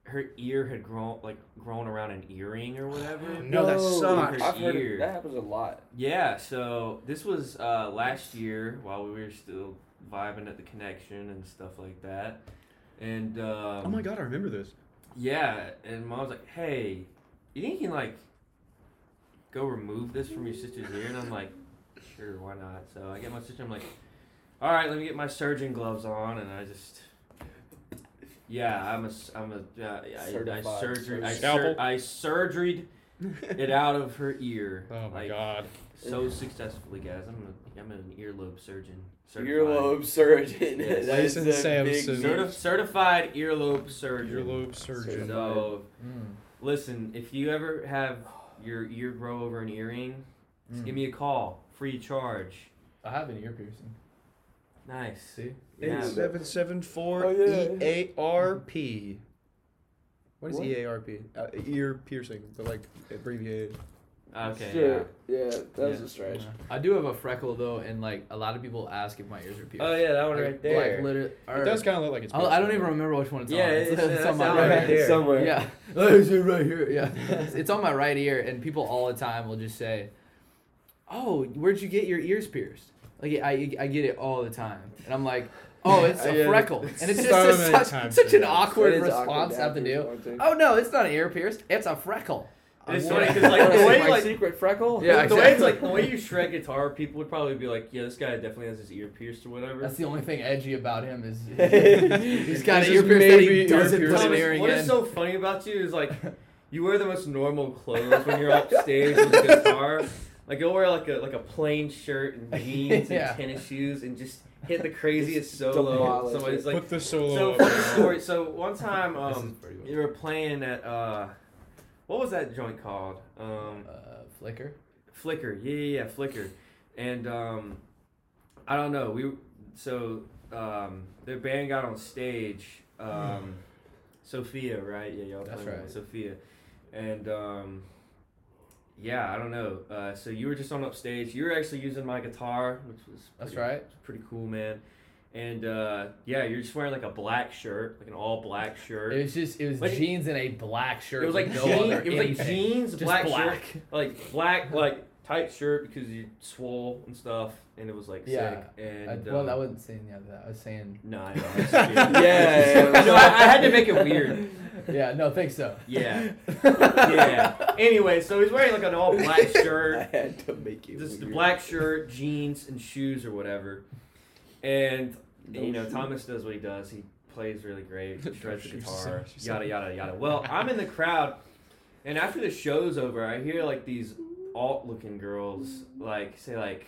Speaker 3: her ear had grown like grown around an earring or whatever.
Speaker 4: No, Oh that
Speaker 5: Whoa.
Speaker 4: sucks.
Speaker 5: I've heard
Speaker 3: Year.
Speaker 5: that happens a lot.
Speaker 3: Yeah, so this was uh, last year while we were still vibing at the connection and stuff like that. And um,
Speaker 4: Oh my god, I remember this.
Speaker 3: yeah, and mom's like, "Hey, you think you can like go remove this from your sister's ear?" And I'm like, "Sure, why not?" So I get my sister. I'm like, "All right, let me get my surgeon gloves on," and I just. Yeah, I'm a, s- I'm a, uh, I, I
Speaker 5: Certified
Speaker 3: surgery, I, sur-
Speaker 4: Scalpel.
Speaker 3: I surgeried it out of her ear.
Speaker 4: Oh my
Speaker 3: like,
Speaker 4: god.
Speaker 3: So successfully, guys. I'm a, I'm an earlobe surgeon.
Speaker 5: Earlobe surgeon.
Speaker 3: Yes.
Speaker 5: that is
Speaker 4: Jason
Speaker 5: a big
Speaker 4: Samson.
Speaker 3: Certi- certified earlobe surgeon.
Speaker 4: Earlobe surgeon.
Speaker 3: So
Speaker 8: Mm.
Speaker 3: listen, if you ever have your ear grow over an earring, just give
Speaker 8: Mm.
Speaker 3: me a call. Free charge.
Speaker 8: I have an ear piercing.
Speaker 3: Nice.
Speaker 8: See?
Speaker 3: Yeah.
Speaker 5: Oh,
Speaker 4: 8774
Speaker 5: yeah.
Speaker 4: E A R P. What is
Speaker 5: What?
Speaker 4: E A R P? Uh, ear piercing, but like abbreviated.
Speaker 3: Okay.
Speaker 5: Shit. Yeah, that was
Speaker 3: Yeah.
Speaker 5: a stretch.
Speaker 6: I do have a freckle though, and like a lot of people ask if my ears are
Speaker 3: yeah.
Speaker 6: pierced.
Speaker 3: Oh yeah, that one
Speaker 6: Like-
Speaker 3: right there.
Speaker 6: Like literally. Or,
Speaker 4: It does kind of look like it's.
Speaker 6: I don't- I don't
Speaker 4: piercing.
Speaker 6: even remember which one it's
Speaker 3: Yeah,
Speaker 6: on.
Speaker 3: it's- it's that
Speaker 6: on my
Speaker 3: one
Speaker 6: right
Speaker 3: right
Speaker 6: ear.
Speaker 3: there.
Speaker 5: Somewhere.
Speaker 6: Yeah, Oh, is it right here? Yeah, it's on my right ear, and people all the time will just say, "Oh, where'd you get your ears pierced?" Like I, I get it all the time, and I'm like, "Oh, it's a
Speaker 4: Yeah.
Speaker 6: freckle," and it's
Speaker 4: So
Speaker 6: just it's
Speaker 4: many
Speaker 6: such,
Speaker 4: times
Speaker 6: such an
Speaker 4: today.
Speaker 6: awkward
Speaker 5: It is awkward
Speaker 6: response
Speaker 5: to
Speaker 6: to have to do.
Speaker 5: afterwards, aren't they?
Speaker 6: Oh no, it's not an ear pierced. It's a freckle.
Speaker 3: It's
Speaker 6: I'm
Speaker 3: funny
Speaker 6: like-
Speaker 3: because like the
Speaker 5: Is it
Speaker 3: way
Speaker 5: my
Speaker 3: like
Speaker 5: secret freckle.
Speaker 6: Yeah,
Speaker 3: the way it's
Speaker 6: exactly.
Speaker 3: like the way you shred guitar, people would probably be like, yeah, this guy definitely has his ear pierced or whatever.
Speaker 6: That's the only thing edgy about him is
Speaker 5: He's
Speaker 6: he's got
Speaker 4: It's
Speaker 6: an ear
Speaker 4: just
Speaker 6: pierced that
Speaker 4: maybe
Speaker 6: he
Speaker 4: ear
Speaker 6: doesn't
Speaker 4: pierced.
Speaker 6: put an
Speaker 3: Thomas,
Speaker 6: earring
Speaker 3: what
Speaker 6: in.
Speaker 3: is so funny about you is like you wear the most normal clothes when you're upstage with a guitar. Like you'll wear like a like a plain shirt and jeans
Speaker 6: Yeah.
Speaker 3: and tennis shoes and just hit the craziest
Speaker 5: Just
Speaker 3: solo.
Speaker 5: demolish
Speaker 3: Somebody's like
Speaker 4: Put the solo.
Speaker 3: so
Speaker 4: up.
Speaker 3: funny story. So one time
Speaker 6: This is
Speaker 3: um
Speaker 6: pretty
Speaker 3: you were playing at uh what was that joint called? Um
Speaker 6: uh, flicker.
Speaker 3: Flickr, yeah, yeah, yeah, Flickr, and um, I don't know. We so um, their band got on stage. Um, Sophia, right? Yeah, y'all.
Speaker 6: That's
Speaker 3: playing
Speaker 6: right.
Speaker 3: Sophia, and um, yeah, I don't know. Uh, so you were just on upstage. You were actually using my guitar, which was
Speaker 6: That's
Speaker 3: pretty-
Speaker 6: right.
Speaker 3: pretty cool, man. And uh, yeah, you're just wearing like a black shirt, like an all black shirt.
Speaker 6: It was just it was
Speaker 3: Like-
Speaker 6: jeans and a black shirt.
Speaker 3: It was like
Speaker 6: with no
Speaker 3: jeans.
Speaker 6: other
Speaker 3: It was like
Speaker 6: anything.
Speaker 3: jeans,
Speaker 6: Just
Speaker 3: black,
Speaker 6: black.
Speaker 3: shirt, like black, like tight shirt because you swole and stuff, and it was like
Speaker 6: Yeah.
Speaker 3: sick. And
Speaker 6: I,
Speaker 3: um,
Speaker 6: well, I wasn't saying yeah, that. I was saying
Speaker 3: no, I know, I'm just kidding.
Speaker 5: Yeah, yeah, yeah.
Speaker 3: no, I, I had to make it weird.
Speaker 6: yeah. No, think so.
Speaker 3: Yeah, yeah. Anyway, so he's wearing like an all black shirt,
Speaker 5: I had to make it.
Speaker 3: just the
Speaker 5: weird.
Speaker 3: black shirt, jeans, and shoes or whatever. And you know, Thomas does what he does. He plays really great. He shreds the
Speaker 4: Shoes,
Speaker 3: guitar.
Speaker 4: shoes.
Speaker 3: Yada yada yada. Well, I'm in the crowd, and after the show's over, I hear like these alt-looking girls like say like.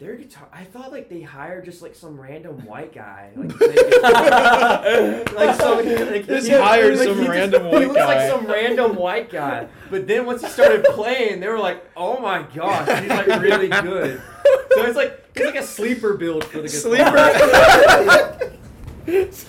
Speaker 3: Their guitar. I thought like they hired just like some random white guy. Like, they- like some. Like,
Speaker 4: Just
Speaker 3: he-
Speaker 4: hired
Speaker 3: like,
Speaker 4: some
Speaker 3: he just-
Speaker 4: random white
Speaker 3: He looks
Speaker 4: guy.
Speaker 3: like some random white guy. But then once he started playing, they were like, "Oh my gosh, he's like really good." So it's like it's like a sleeper build for the guitar.
Speaker 4: Sleeper.
Speaker 5: It's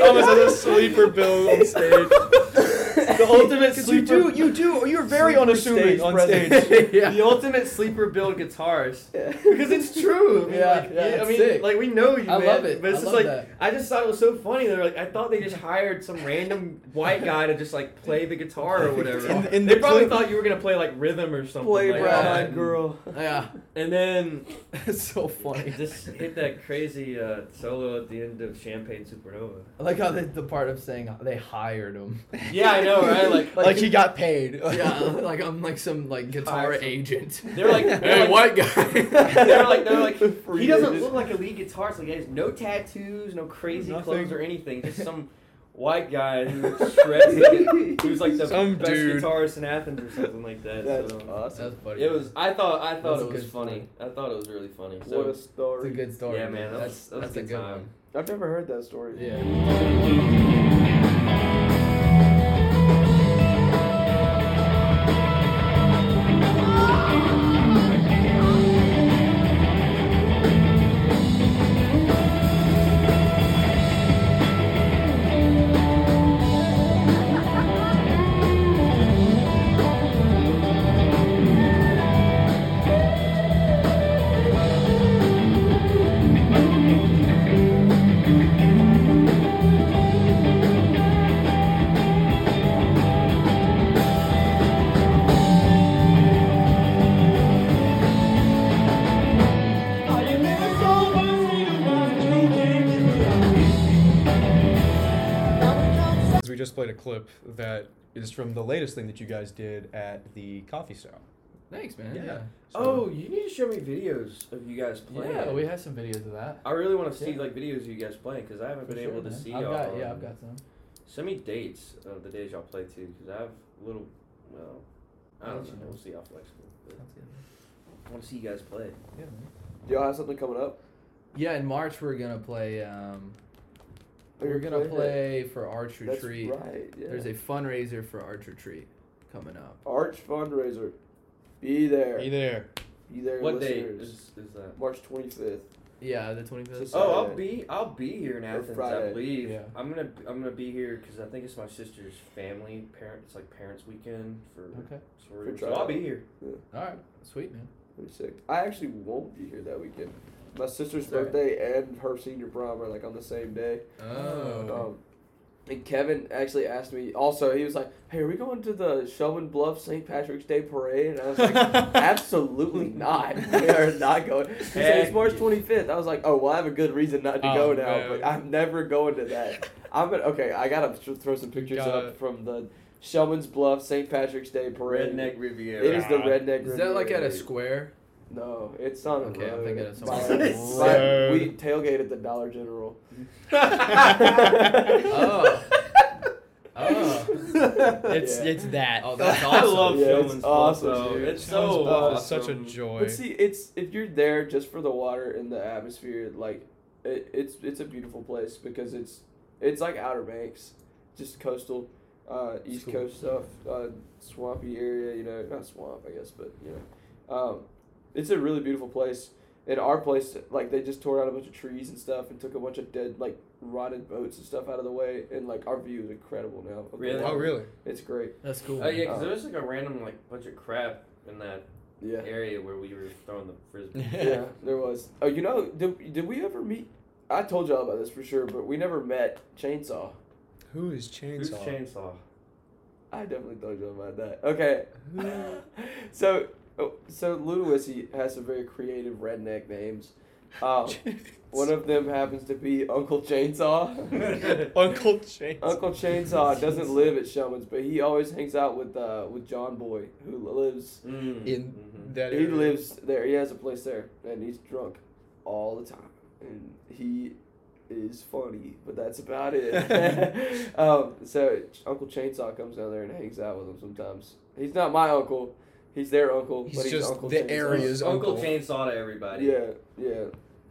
Speaker 4: Thomas has a sleeper build on stage.
Speaker 5: the
Speaker 3: ultimate
Speaker 4: you
Speaker 3: sleeper-
Speaker 4: do, you do, you're very
Speaker 5: sleeper
Speaker 4: unassuming
Speaker 5: stage
Speaker 4: on
Speaker 5: presence.
Speaker 4: stage.
Speaker 3: The ultimate sleeper build guitarist.
Speaker 5: ultimate.
Speaker 3: Because it's true. I mean,
Speaker 6: Yeah,
Speaker 3: like,
Speaker 6: yeah,
Speaker 3: I
Speaker 6: it's
Speaker 3: mean,
Speaker 6: sick.
Speaker 3: like we know you,
Speaker 6: I
Speaker 3: man,
Speaker 6: love it.
Speaker 3: But it's
Speaker 6: I
Speaker 3: just
Speaker 6: love
Speaker 3: like
Speaker 6: that.
Speaker 3: I just thought it was so funny. They're like, I thought they just hired some random white guy to just like play the guitar or whatever.
Speaker 4: In- in
Speaker 3: they
Speaker 4: the
Speaker 3: probably
Speaker 4: clip-
Speaker 3: thought you were gonna play like rhythm or something.
Speaker 5: Play
Speaker 3: like
Speaker 5: brown
Speaker 3: that.
Speaker 5: eyed girl.
Speaker 6: Yeah,
Speaker 3: And then oh,
Speaker 6: it's so funny.
Speaker 3: just hit that crazy uh, solo at the end of Champagne Supernova.
Speaker 6: I like how the, the part of saying they hired him.
Speaker 3: Yeah, I know, right? Like
Speaker 4: Like, he got paid.
Speaker 6: yeah, like I'm like some like guitar
Speaker 3: Hired some-
Speaker 6: agent.
Speaker 3: they're like they're
Speaker 6: hey,
Speaker 3: like,
Speaker 6: white guy.
Speaker 3: they're like they're like he doesn't
Speaker 5: Outrageous.
Speaker 3: look like a lead guitarist. Like he has no tattoos, no crazy
Speaker 4: Nothing.
Speaker 3: clothes or anything. Just some white guy who shreds it. Who's like the
Speaker 4: Some
Speaker 3: best
Speaker 4: dude.
Speaker 3: guitarist in Athens or something like that.
Speaker 5: That's
Speaker 3: so.
Speaker 5: awesome.
Speaker 6: That's funny.
Speaker 3: It was. I thought. I thought
Speaker 6: That's a
Speaker 3: it was
Speaker 6: good
Speaker 3: funny. I thought it was really funny.
Speaker 5: what
Speaker 3: So
Speaker 5: a
Speaker 6: It's a
Speaker 5: story.
Speaker 6: good story.
Speaker 3: Yeah, man, that
Speaker 6: That's
Speaker 3: was- that was
Speaker 6: that's
Speaker 3: a
Speaker 6: a
Speaker 3: good
Speaker 6: good
Speaker 3: time.
Speaker 6: one.
Speaker 5: I've never heard that story.
Speaker 6: Yeah.
Speaker 9: Thank
Speaker 4: clip that is from the latest thing that you guys did at the coffee shop.
Speaker 6: Thanks, man.
Speaker 4: Yeah.
Speaker 6: Yeah.
Speaker 3: Oh, you need to show me videos of you guys playing.
Speaker 7: Yeah, we have some videos of that.
Speaker 3: I really want to see like videos of you guys playing because I haven't
Speaker 7: For
Speaker 3: been
Speaker 7: sure,
Speaker 3: able to
Speaker 7: man.
Speaker 3: see
Speaker 7: I've
Speaker 3: y'all.
Speaker 7: got, yeah,
Speaker 3: on-
Speaker 7: I've got some.
Speaker 3: Send me dates of the days y'all play too, because I have little. Well, I
Speaker 7: I'll
Speaker 3: don't
Speaker 7: let
Speaker 3: know.
Speaker 7: you know.
Speaker 3: We'll see how flexible. But
Speaker 7: Sounds good.
Speaker 3: I want to see you guys play.
Speaker 7: Yeah, man.
Speaker 5: Do y'all have something coming up?
Speaker 6: Yeah, in March we're gonna play. Um, we're gonna play for Arch
Speaker 5: That's
Speaker 6: Retreat.
Speaker 5: right. Yeah.
Speaker 6: There's a fundraiser for Arch Retreat coming up.
Speaker 5: Arch fundraiser. Be there.
Speaker 4: Hey there.
Speaker 5: Be there,
Speaker 3: What day
Speaker 5: listeners.
Speaker 3: is, is that?
Speaker 5: March 25th.
Speaker 6: Yeah, the 25th.
Speaker 5: So-
Speaker 3: Oh, I'll
Speaker 5: Friday.
Speaker 3: be I'll be here in
Speaker 5: Or
Speaker 3: Athens. I
Speaker 5: Friday,
Speaker 3: believe
Speaker 4: yeah.
Speaker 3: I'm gonna I'm gonna be here because I think it's my sister's family parent. It's like parents' weekend for
Speaker 7: Okay.
Speaker 3: sorority.
Speaker 5: For
Speaker 3: So I'll
Speaker 5: trial.
Speaker 3: be here.
Speaker 6: All right, sweet man.
Speaker 5: Pretty sick. I actually won't be here that weekend. My sister's
Speaker 6: Sorry.
Speaker 5: birthday and her senior prom are like on the same day.
Speaker 6: Oh,
Speaker 5: Um, and Kevin actually asked me. Also, he was like, "Hey, are we going to the Shelburne Bluff St. Patrick's Day parade?" And I was like, "Absolutely not. We are not going." He said, it's
Speaker 3: Heck
Speaker 5: March
Speaker 3: yeah.
Speaker 5: 25th. I was like, "Oh, well, I have a good reason not to go
Speaker 4: Oh,
Speaker 5: now,
Speaker 4: man.
Speaker 5: but I'm never going to that." I'm gonna, okay. I gotta th- throw some pictures
Speaker 4: gotta-
Speaker 5: up from the Shelburne's Bluff St. Patrick's Day parade.
Speaker 3: Redneck
Speaker 5: It
Speaker 3: Riviera.
Speaker 5: is the redneck.
Speaker 6: is that like at a
Speaker 5: Riviera.
Speaker 6: square?
Speaker 5: No, it's on a
Speaker 6: Okay, I'm
Speaker 5: road.
Speaker 6: thinking of
Speaker 5: By-
Speaker 6: somewhere
Speaker 3: else.
Speaker 5: by-
Speaker 4: Road.
Speaker 5: We tailgated the Dollar General.
Speaker 6: Oh. Oh,
Speaker 4: It's
Speaker 5: Yeah.
Speaker 4: it's that.
Speaker 6: oh, that's
Speaker 3: I
Speaker 6: awesome.
Speaker 3: love
Speaker 5: Yeah,
Speaker 3: filming
Speaker 5: it's
Speaker 3: stuff,
Speaker 5: awesome,
Speaker 3: though.
Speaker 5: dude.
Speaker 3: It's so
Speaker 4: Oh,
Speaker 3: awesome.
Speaker 4: it's such a joy.
Speaker 5: But see, it's if you're there just for the water and the atmosphere, like it, it's it's a beautiful place because it's it's like Outer Banks, just coastal, uh, East
Speaker 4: cool.
Speaker 5: Coast stuff, uh, swampy area. You know, not swamp, I guess, but you know, um, it's a really beautiful place. In our place, like they just tore out a bunch of trees and stuff and took a bunch of dead, like rotted boats and stuff out of the way, and like our view is incredible now. of the
Speaker 3: Really?
Speaker 4: oh
Speaker 5: water.
Speaker 4: really?
Speaker 5: It's great.
Speaker 6: That's cool.
Speaker 3: Oh yeah, because
Speaker 5: Oh.
Speaker 3: there was like a random like bunch of crap in that
Speaker 5: Yeah.
Speaker 3: area where we were throwing the frisbee.
Speaker 5: yeah, there was. Oh, you know, did, did we ever meet? I told y'all about this for sure, but we never met Chainsaw.
Speaker 4: Who is
Speaker 3: Who's
Speaker 4: chainsaw?
Speaker 3: chainsaw?
Speaker 5: I definitely told y'all about that. Okay. so, oh, so Ludowice has some very creative redneck names. Um, one of them happens to be Uncle Chainsaw.
Speaker 4: Uncle Chainsaw.
Speaker 5: Uncle Chainsaw doesn't live at Shellman's, but he always hangs out with uh, with John Boy, who lives.
Speaker 3: Mm.
Speaker 4: In
Speaker 3: mhm.
Speaker 4: that
Speaker 5: He
Speaker 4: area.
Speaker 5: lives there. He has a place there, and he's drunk all the time, and he is funny, but that's about it. um, so Uncle Chainsaw comes down there and hangs out with him sometimes. He's not my uncle. He's their uncle.
Speaker 4: He's
Speaker 5: but he's
Speaker 4: just
Speaker 5: Uncle
Speaker 4: the
Speaker 5: Chainsaw.
Speaker 4: area's
Speaker 3: Uncle
Speaker 4: uncle.
Speaker 3: Chainsaw to everybody.
Speaker 5: Yeah, yeah.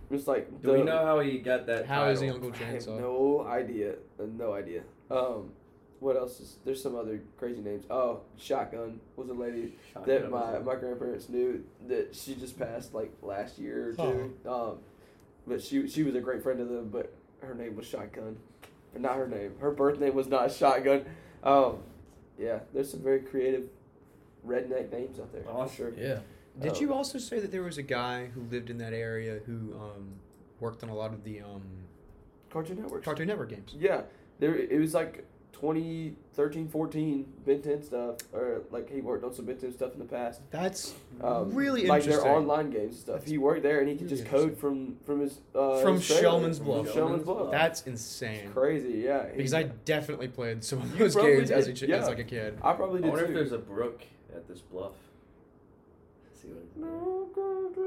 Speaker 5: It's like
Speaker 3: Do we know how he got that?
Speaker 4: How is he
Speaker 3: title?
Speaker 4: Uncle
Speaker 5: I have
Speaker 4: Chainsaw?
Speaker 5: no idea. Uh, No idea. Um, what else is there's some other crazy names? Oh, Shotgun was a lady that my, my grandparents knew that she just passed like last year or two. Um, but she she was a great friend of them. But her name was Shotgun, but not her name. Her birth name was not Shotgun. Um, yeah, there's some very creative redneck names out there. for
Speaker 3: Awesome.
Speaker 5: sure.
Speaker 6: Yeah.
Speaker 5: Oh.
Speaker 4: Did you also say that there was a guy who lived in that area who um, worked on a lot of the um,
Speaker 5: Cartoon Network.
Speaker 4: Cartoon Network games?
Speaker 5: Yeah, there it was like 2013, 14 Ben 10 stuff, or like he worked on some Ben 10 stuff in the past.
Speaker 4: That's
Speaker 5: Um,
Speaker 4: really
Speaker 5: like
Speaker 4: interesting.
Speaker 5: their online games and stuff.
Speaker 4: That's
Speaker 5: He worked there and he could
Speaker 4: really
Speaker 5: just code from from his uh,
Speaker 4: From
Speaker 5: his trailer.
Speaker 4: Shellman's
Speaker 5: From
Speaker 4: Bluff.
Speaker 5: Shellman's Bluff.
Speaker 4: That's
Speaker 5: It's
Speaker 4: insane.
Speaker 5: crazy, yeah. He-
Speaker 4: Because I definitely played some of
Speaker 5: You
Speaker 4: those
Speaker 5: probably
Speaker 4: games as a
Speaker 5: did,
Speaker 4: ch-
Speaker 5: yeah.
Speaker 4: as like a kid.
Speaker 5: I probably
Speaker 3: I
Speaker 5: did
Speaker 3: wonder if
Speaker 5: too.
Speaker 3: there's a brook at this bluff. Let's see what it-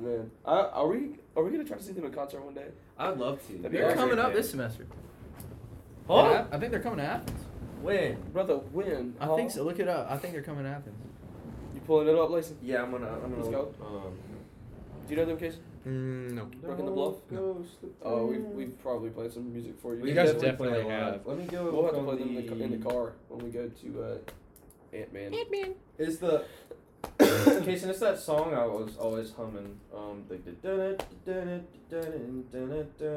Speaker 5: Man, uh, are we are we gonna try to see them in concert one day?
Speaker 3: I'd love to.
Speaker 5: They're
Speaker 6: They're
Speaker 3: That'd be
Speaker 6: coming
Speaker 3: great,
Speaker 6: up
Speaker 3: man.
Speaker 6: this semester.
Speaker 3: Huh?
Speaker 6: Yeah, I think they're coming to Athens.
Speaker 3: When?
Speaker 5: Brother, when?
Speaker 6: I
Speaker 5: Huh?
Speaker 6: think so. Look it up. I think they're coming to Athens.
Speaker 5: You pulling it up, Lacy?
Speaker 3: Yeah, I'm gonna. I'm gonna.
Speaker 5: Let's go.
Speaker 3: Um,
Speaker 5: Do you know them, Case?
Speaker 4: Mm, no.
Speaker 5: Brook in the Bluff?
Speaker 3: Ghost
Speaker 5: Oh, we we probably played some music for you.
Speaker 3: We
Speaker 4: You guys
Speaker 3: definitely
Speaker 4: definitely
Speaker 3: play
Speaker 4: have.
Speaker 3: live. Let me go.
Speaker 5: We'll have to
Speaker 3: look
Speaker 5: play
Speaker 3: on
Speaker 5: them in the, ca- in the car when we go to uh, Ant Man.
Speaker 3: Is the Casey? It's that song I was always humming. Um, the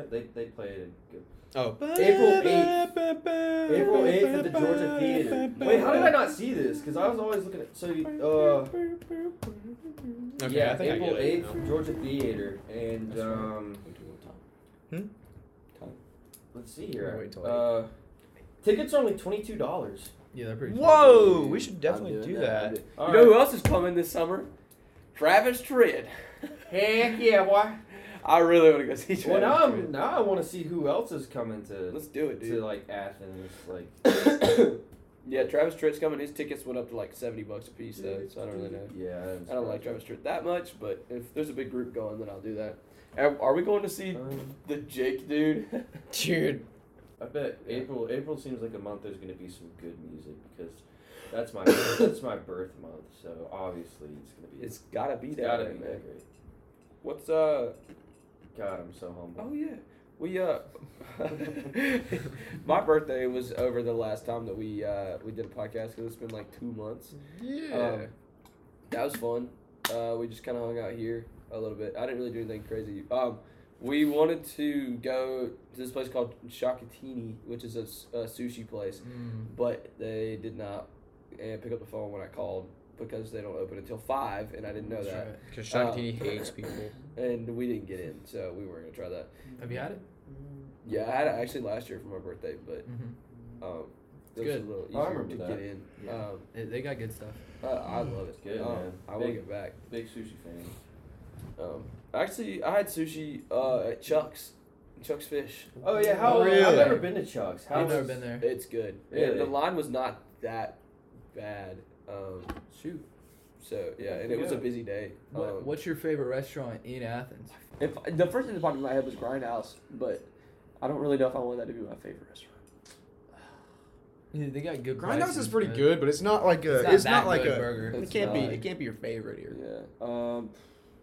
Speaker 3: they they play it. in-
Speaker 4: Oh.
Speaker 3: April 8th. April eighth at the Georgia Theater. Wait, how did I not see this? Because I was always looking at so uh
Speaker 4: Okay,
Speaker 3: yeah
Speaker 4: I think
Speaker 3: April
Speaker 4: I get it.
Speaker 3: eighth Georgia Theater and
Speaker 5: That's right.
Speaker 3: um
Speaker 4: Hmm?
Speaker 5: Time.
Speaker 3: let's see
Speaker 4: We'll
Speaker 3: here
Speaker 4: wait till
Speaker 3: uh tickets are only twenty two dollars.
Speaker 6: Yeah, they're pretty.
Speaker 4: Whoa, we
Speaker 5: Dude,
Speaker 4: should definitely
Speaker 5: I'm doing
Speaker 4: do
Speaker 5: I'm
Speaker 4: that.
Speaker 5: doing- You know
Speaker 3: Alright.
Speaker 5: who else is coming this summer? Travis Tritt.
Speaker 3: Heck yeah, boy!
Speaker 5: I really want to go see
Speaker 3: Well,
Speaker 5: Travis.
Speaker 3: now
Speaker 5: Tritt.
Speaker 3: I'm, now I want to see who else is coming to
Speaker 5: Let's do it,
Speaker 3: to
Speaker 5: dude.
Speaker 3: like Athens. Like,
Speaker 5: yeah, Travis Tritt's coming. His tickets went up to like seventy bucks a piece, though, so I don't really know.
Speaker 3: Yeah, I'm
Speaker 5: I don't like
Speaker 3: surprised.
Speaker 5: Travis Tritt that much, but if there's a big group going, then I'll do that. Are are we going to see
Speaker 3: Um,
Speaker 5: the Jake dude?
Speaker 6: Dude,
Speaker 3: I bet April. April seems like a month. There's gonna be some good music because that's my that's my birth month. So obviously it's gonna be
Speaker 5: it's gotta be
Speaker 3: it's
Speaker 5: that,
Speaker 3: gotta
Speaker 5: way,
Speaker 3: be
Speaker 5: man.
Speaker 3: that great.
Speaker 5: What's uh?
Speaker 3: God, I'm so humble.
Speaker 5: Oh yeah, we uh, my birthday was over the last time that we uh we did a podcast because it's been like two months.
Speaker 4: Yeah.
Speaker 5: Um, that was fun. Uh, we just kind of hung out here a little bit. I didn't really do anything crazy. Um, we wanted to go to this place called Shakatini, which is a, s- a sushi place,
Speaker 6: Mm.
Speaker 5: but they did not uh, pick up the phone when I called because they don't open until five, and I didn't know that,
Speaker 4: Because
Speaker 5: uh,
Speaker 4: Shakti hates people.
Speaker 5: and we didn't get in, so we weren't gonna try that.
Speaker 6: have you had it?
Speaker 5: Yeah, I had it actually last year for my birthday, but
Speaker 6: Mm-hmm.
Speaker 5: um,
Speaker 6: It's
Speaker 5: it was
Speaker 6: good.
Speaker 5: a little
Speaker 3: I
Speaker 5: easier to
Speaker 3: remember that.
Speaker 5: get in.
Speaker 6: Yeah.
Speaker 5: Um,
Speaker 6: They got good stuff.
Speaker 5: I, I love it.
Speaker 3: It's good,
Speaker 5: um,
Speaker 3: man.
Speaker 5: I will
Speaker 3: Big-
Speaker 5: get back.
Speaker 3: Big sushi fan.
Speaker 5: Um, actually, I had sushi uh, at Chuck's, Chuck's Fish.
Speaker 3: Oh yeah, how I've
Speaker 4: Really?
Speaker 3: never been to Chuck's. How
Speaker 6: I've never been there.
Speaker 5: It's good. Yeah, the
Speaker 3: Really?
Speaker 5: line was not that bad. Um,
Speaker 3: Shoot.
Speaker 5: so yeah, and it was a
Speaker 3: Yeah.
Speaker 5: busy day. Um,
Speaker 6: What, what's your favorite restaurant in Athens?
Speaker 5: If the first thing that popped in my head was Grindhouse, but I don't really know if I want that to be my favorite restaurant.
Speaker 6: Yeah, they got good.
Speaker 4: Grindhouse
Speaker 6: prices,
Speaker 4: is pretty
Speaker 6: but
Speaker 4: good, but it's not like a.
Speaker 6: It's not
Speaker 4: It's
Speaker 6: that
Speaker 4: not, like
Speaker 6: good
Speaker 4: a.
Speaker 6: burger.
Speaker 5: It's
Speaker 4: It can't be.
Speaker 5: not.
Speaker 4: It can't be your favorite here.
Speaker 5: Yeah. Um,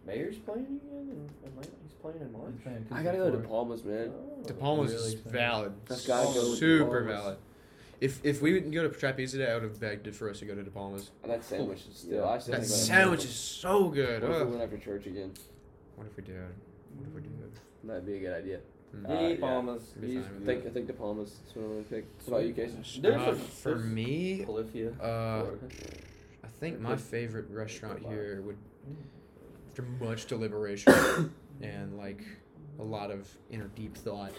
Speaker 3: Mayor's playing again in Atlanta. He's playing in March.
Speaker 5: I gotta go to Palmas, man.
Speaker 3: Oh.
Speaker 4: De Palma's
Speaker 7: Really
Speaker 4: is
Speaker 7: expensive.
Speaker 4: valid.
Speaker 5: That's gotta go with De
Speaker 4: Super
Speaker 5: Palma's.
Speaker 4: valid. If if we didn't go to Trapeze today, I would have begged it for us to go to De Palma's.
Speaker 5: And that sandwich is still.
Speaker 3: Yeah.
Speaker 5: I still
Speaker 4: That
Speaker 5: think about it.
Speaker 4: sandwich is so
Speaker 5: What
Speaker 4: good.
Speaker 5: if we
Speaker 4: Ugh.
Speaker 5: went after church again?
Speaker 4: What if we did? What if we did?
Speaker 5: That'd be a good idea.
Speaker 4: Mm.
Speaker 3: Yeah,
Speaker 5: Uh, yeah.
Speaker 3: Palmas.
Speaker 4: Good
Speaker 3: He's
Speaker 4: time.
Speaker 5: I
Speaker 3: good.
Speaker 5: think I think the Palmas is what I'm gonna pick. What about you, Casey?
Speaker 3: There's
Speaker 4: Uh,
Speaker 3: a-
Speaker 4: for
Speaker 3: there's-
Speaker 4: me,
Speaker 3: Polyphia.
Speaker 4: uh,
Speaker 3: Florida.
Speaker 4: I think my
Speaker 3: Good.
Speaker 4: favorite restaurant
Speaker 3: Good.
Speaker 4: here would, after much deliberation and like a lot of inner deep thought,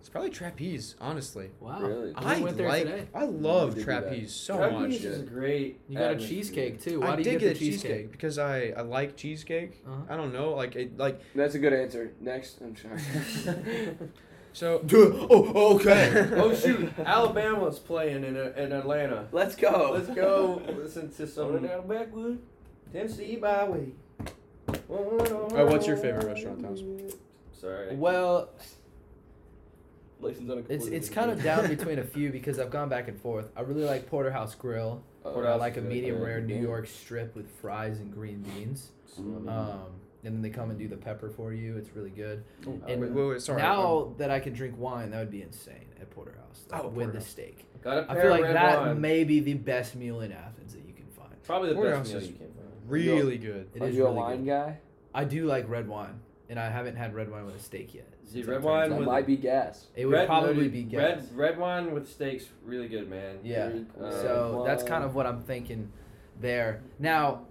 Speaker 4: it's probably Trapeze. Honestly,
Speaker 6: Wow.
Speaker 5: Really?
Speaker 6: We
Speaker 4: I
Speaker 6: went there
Speaker 4: like.
Speaker 6: today.
Speaker 4: I love
Speaker 5: We did do that.
Speaker 4: Trapeze so
Speaker 3: Chuck
Speaker 4: much.
Speaker 3: E's is a great.
Speaker 6: You got a
Speaker 3: atmosphere.
Speaker 6: cheesecake too. Why
Speaker 4: I
Speaker 6: do
Speaker 4: did
Speaker 6: you
Speaker 4: get
Speaker 6: get
Speaker 4: a
Speaker 6: the cheesecake?
Speaker 4: cheesecake because I, I like cheesecake.
Speaker 6: Uh-huh.
Speaker 4: I don't know, like it, like
Speaker 5: That's a good answer. Next, I'm sorry.
Speaker 4: so.
Speaker 7: oh,
Speaker 3: oh shoot! Alabama's playing in, in Atlanta.
Speaker 5: Let's go.
Speaker 3: Let's go listen to
Speaker 1: Running
Speaker 3: some
Speaker 1: down the backwood.
Speaker 3: Tennessee Byway.
Speaker 4: Oh, what's your favorite restaurant, Thomas?
Speaker 3: Sorry.
Speaker 6: Well,
Speaker 5: Lason's on a
Speaker 6: it's
Speaker 5: completely
Speaker 6: it's
Speaker 5: different
Speaker 6: kind of down between a few because I've gone back and forth. I really like Porterhouse Grill.
Speaker 5: Uh,
Speaker 6: Or I like a
Speaker 5: good.
Speaker 6: medium
Speaker 5: Uh,
Speaker 6: rare New
Speaker 5: yeah. Mm-hmm.
Speaker 6: York strip with fries and green beans. Um, and then they come and do the pepper for you. It's really good.
Speaker 4: Wait,
Speaker 3: Oh,
Speaker 6: And
Speaker 4: wait, wait, sorry. Um,
Speaker 6: now that I can drink wine, that would be insane at Porterhouse. Like,
Speaker 4: Oh,
Speaker 6: with
Speaker 4: Porterhouse.
Speaker 6: the steak.
Speaker 3: Got a
Speaker 6: I
Speaker 3: pair
Speaker 6: feel like
Speaker 3: of red
Speaker 6: that
Speaker 3: wine.
Speaker 6: may be the best meal in Athens that you can find.
Speaker 3: Probably the
Speaker 4: Porterhouse
Speaker 3: best meal
Speaker 4: is-
Speaker 3: you can find.
Speaker 4: I'm really good.
Speaker 6: It
Speaker 5: Are
Speaker 6: is
Speaker 5: you
Speaker 6: really
Speaker 5: a wine
Speaker 6: good.
Speaker 5: guy?
Speaker 6: I do like red wine, and I haven't had red wine with a steak yet.
Speaker 3: See,
Speaker 6: since
Speaker 3: red
Speaker 6: I turned
Speaker 3: wine
Speaker 5: That
Speaker 6: 21.
Speaker 3: with-
Speaker 5: might be gas.
Speaker 6: it would
Speaker 3: Red
Speaker 6: probably
Speaker 3: loaded-
Speaker 6: be gas.
Speaker 3: Red red wine with steaks, really good, man.
Speaker 6: Yeah.
Speaker 3: Uh,
Speaker 6: So that's kind of what I'm thinking there. Now,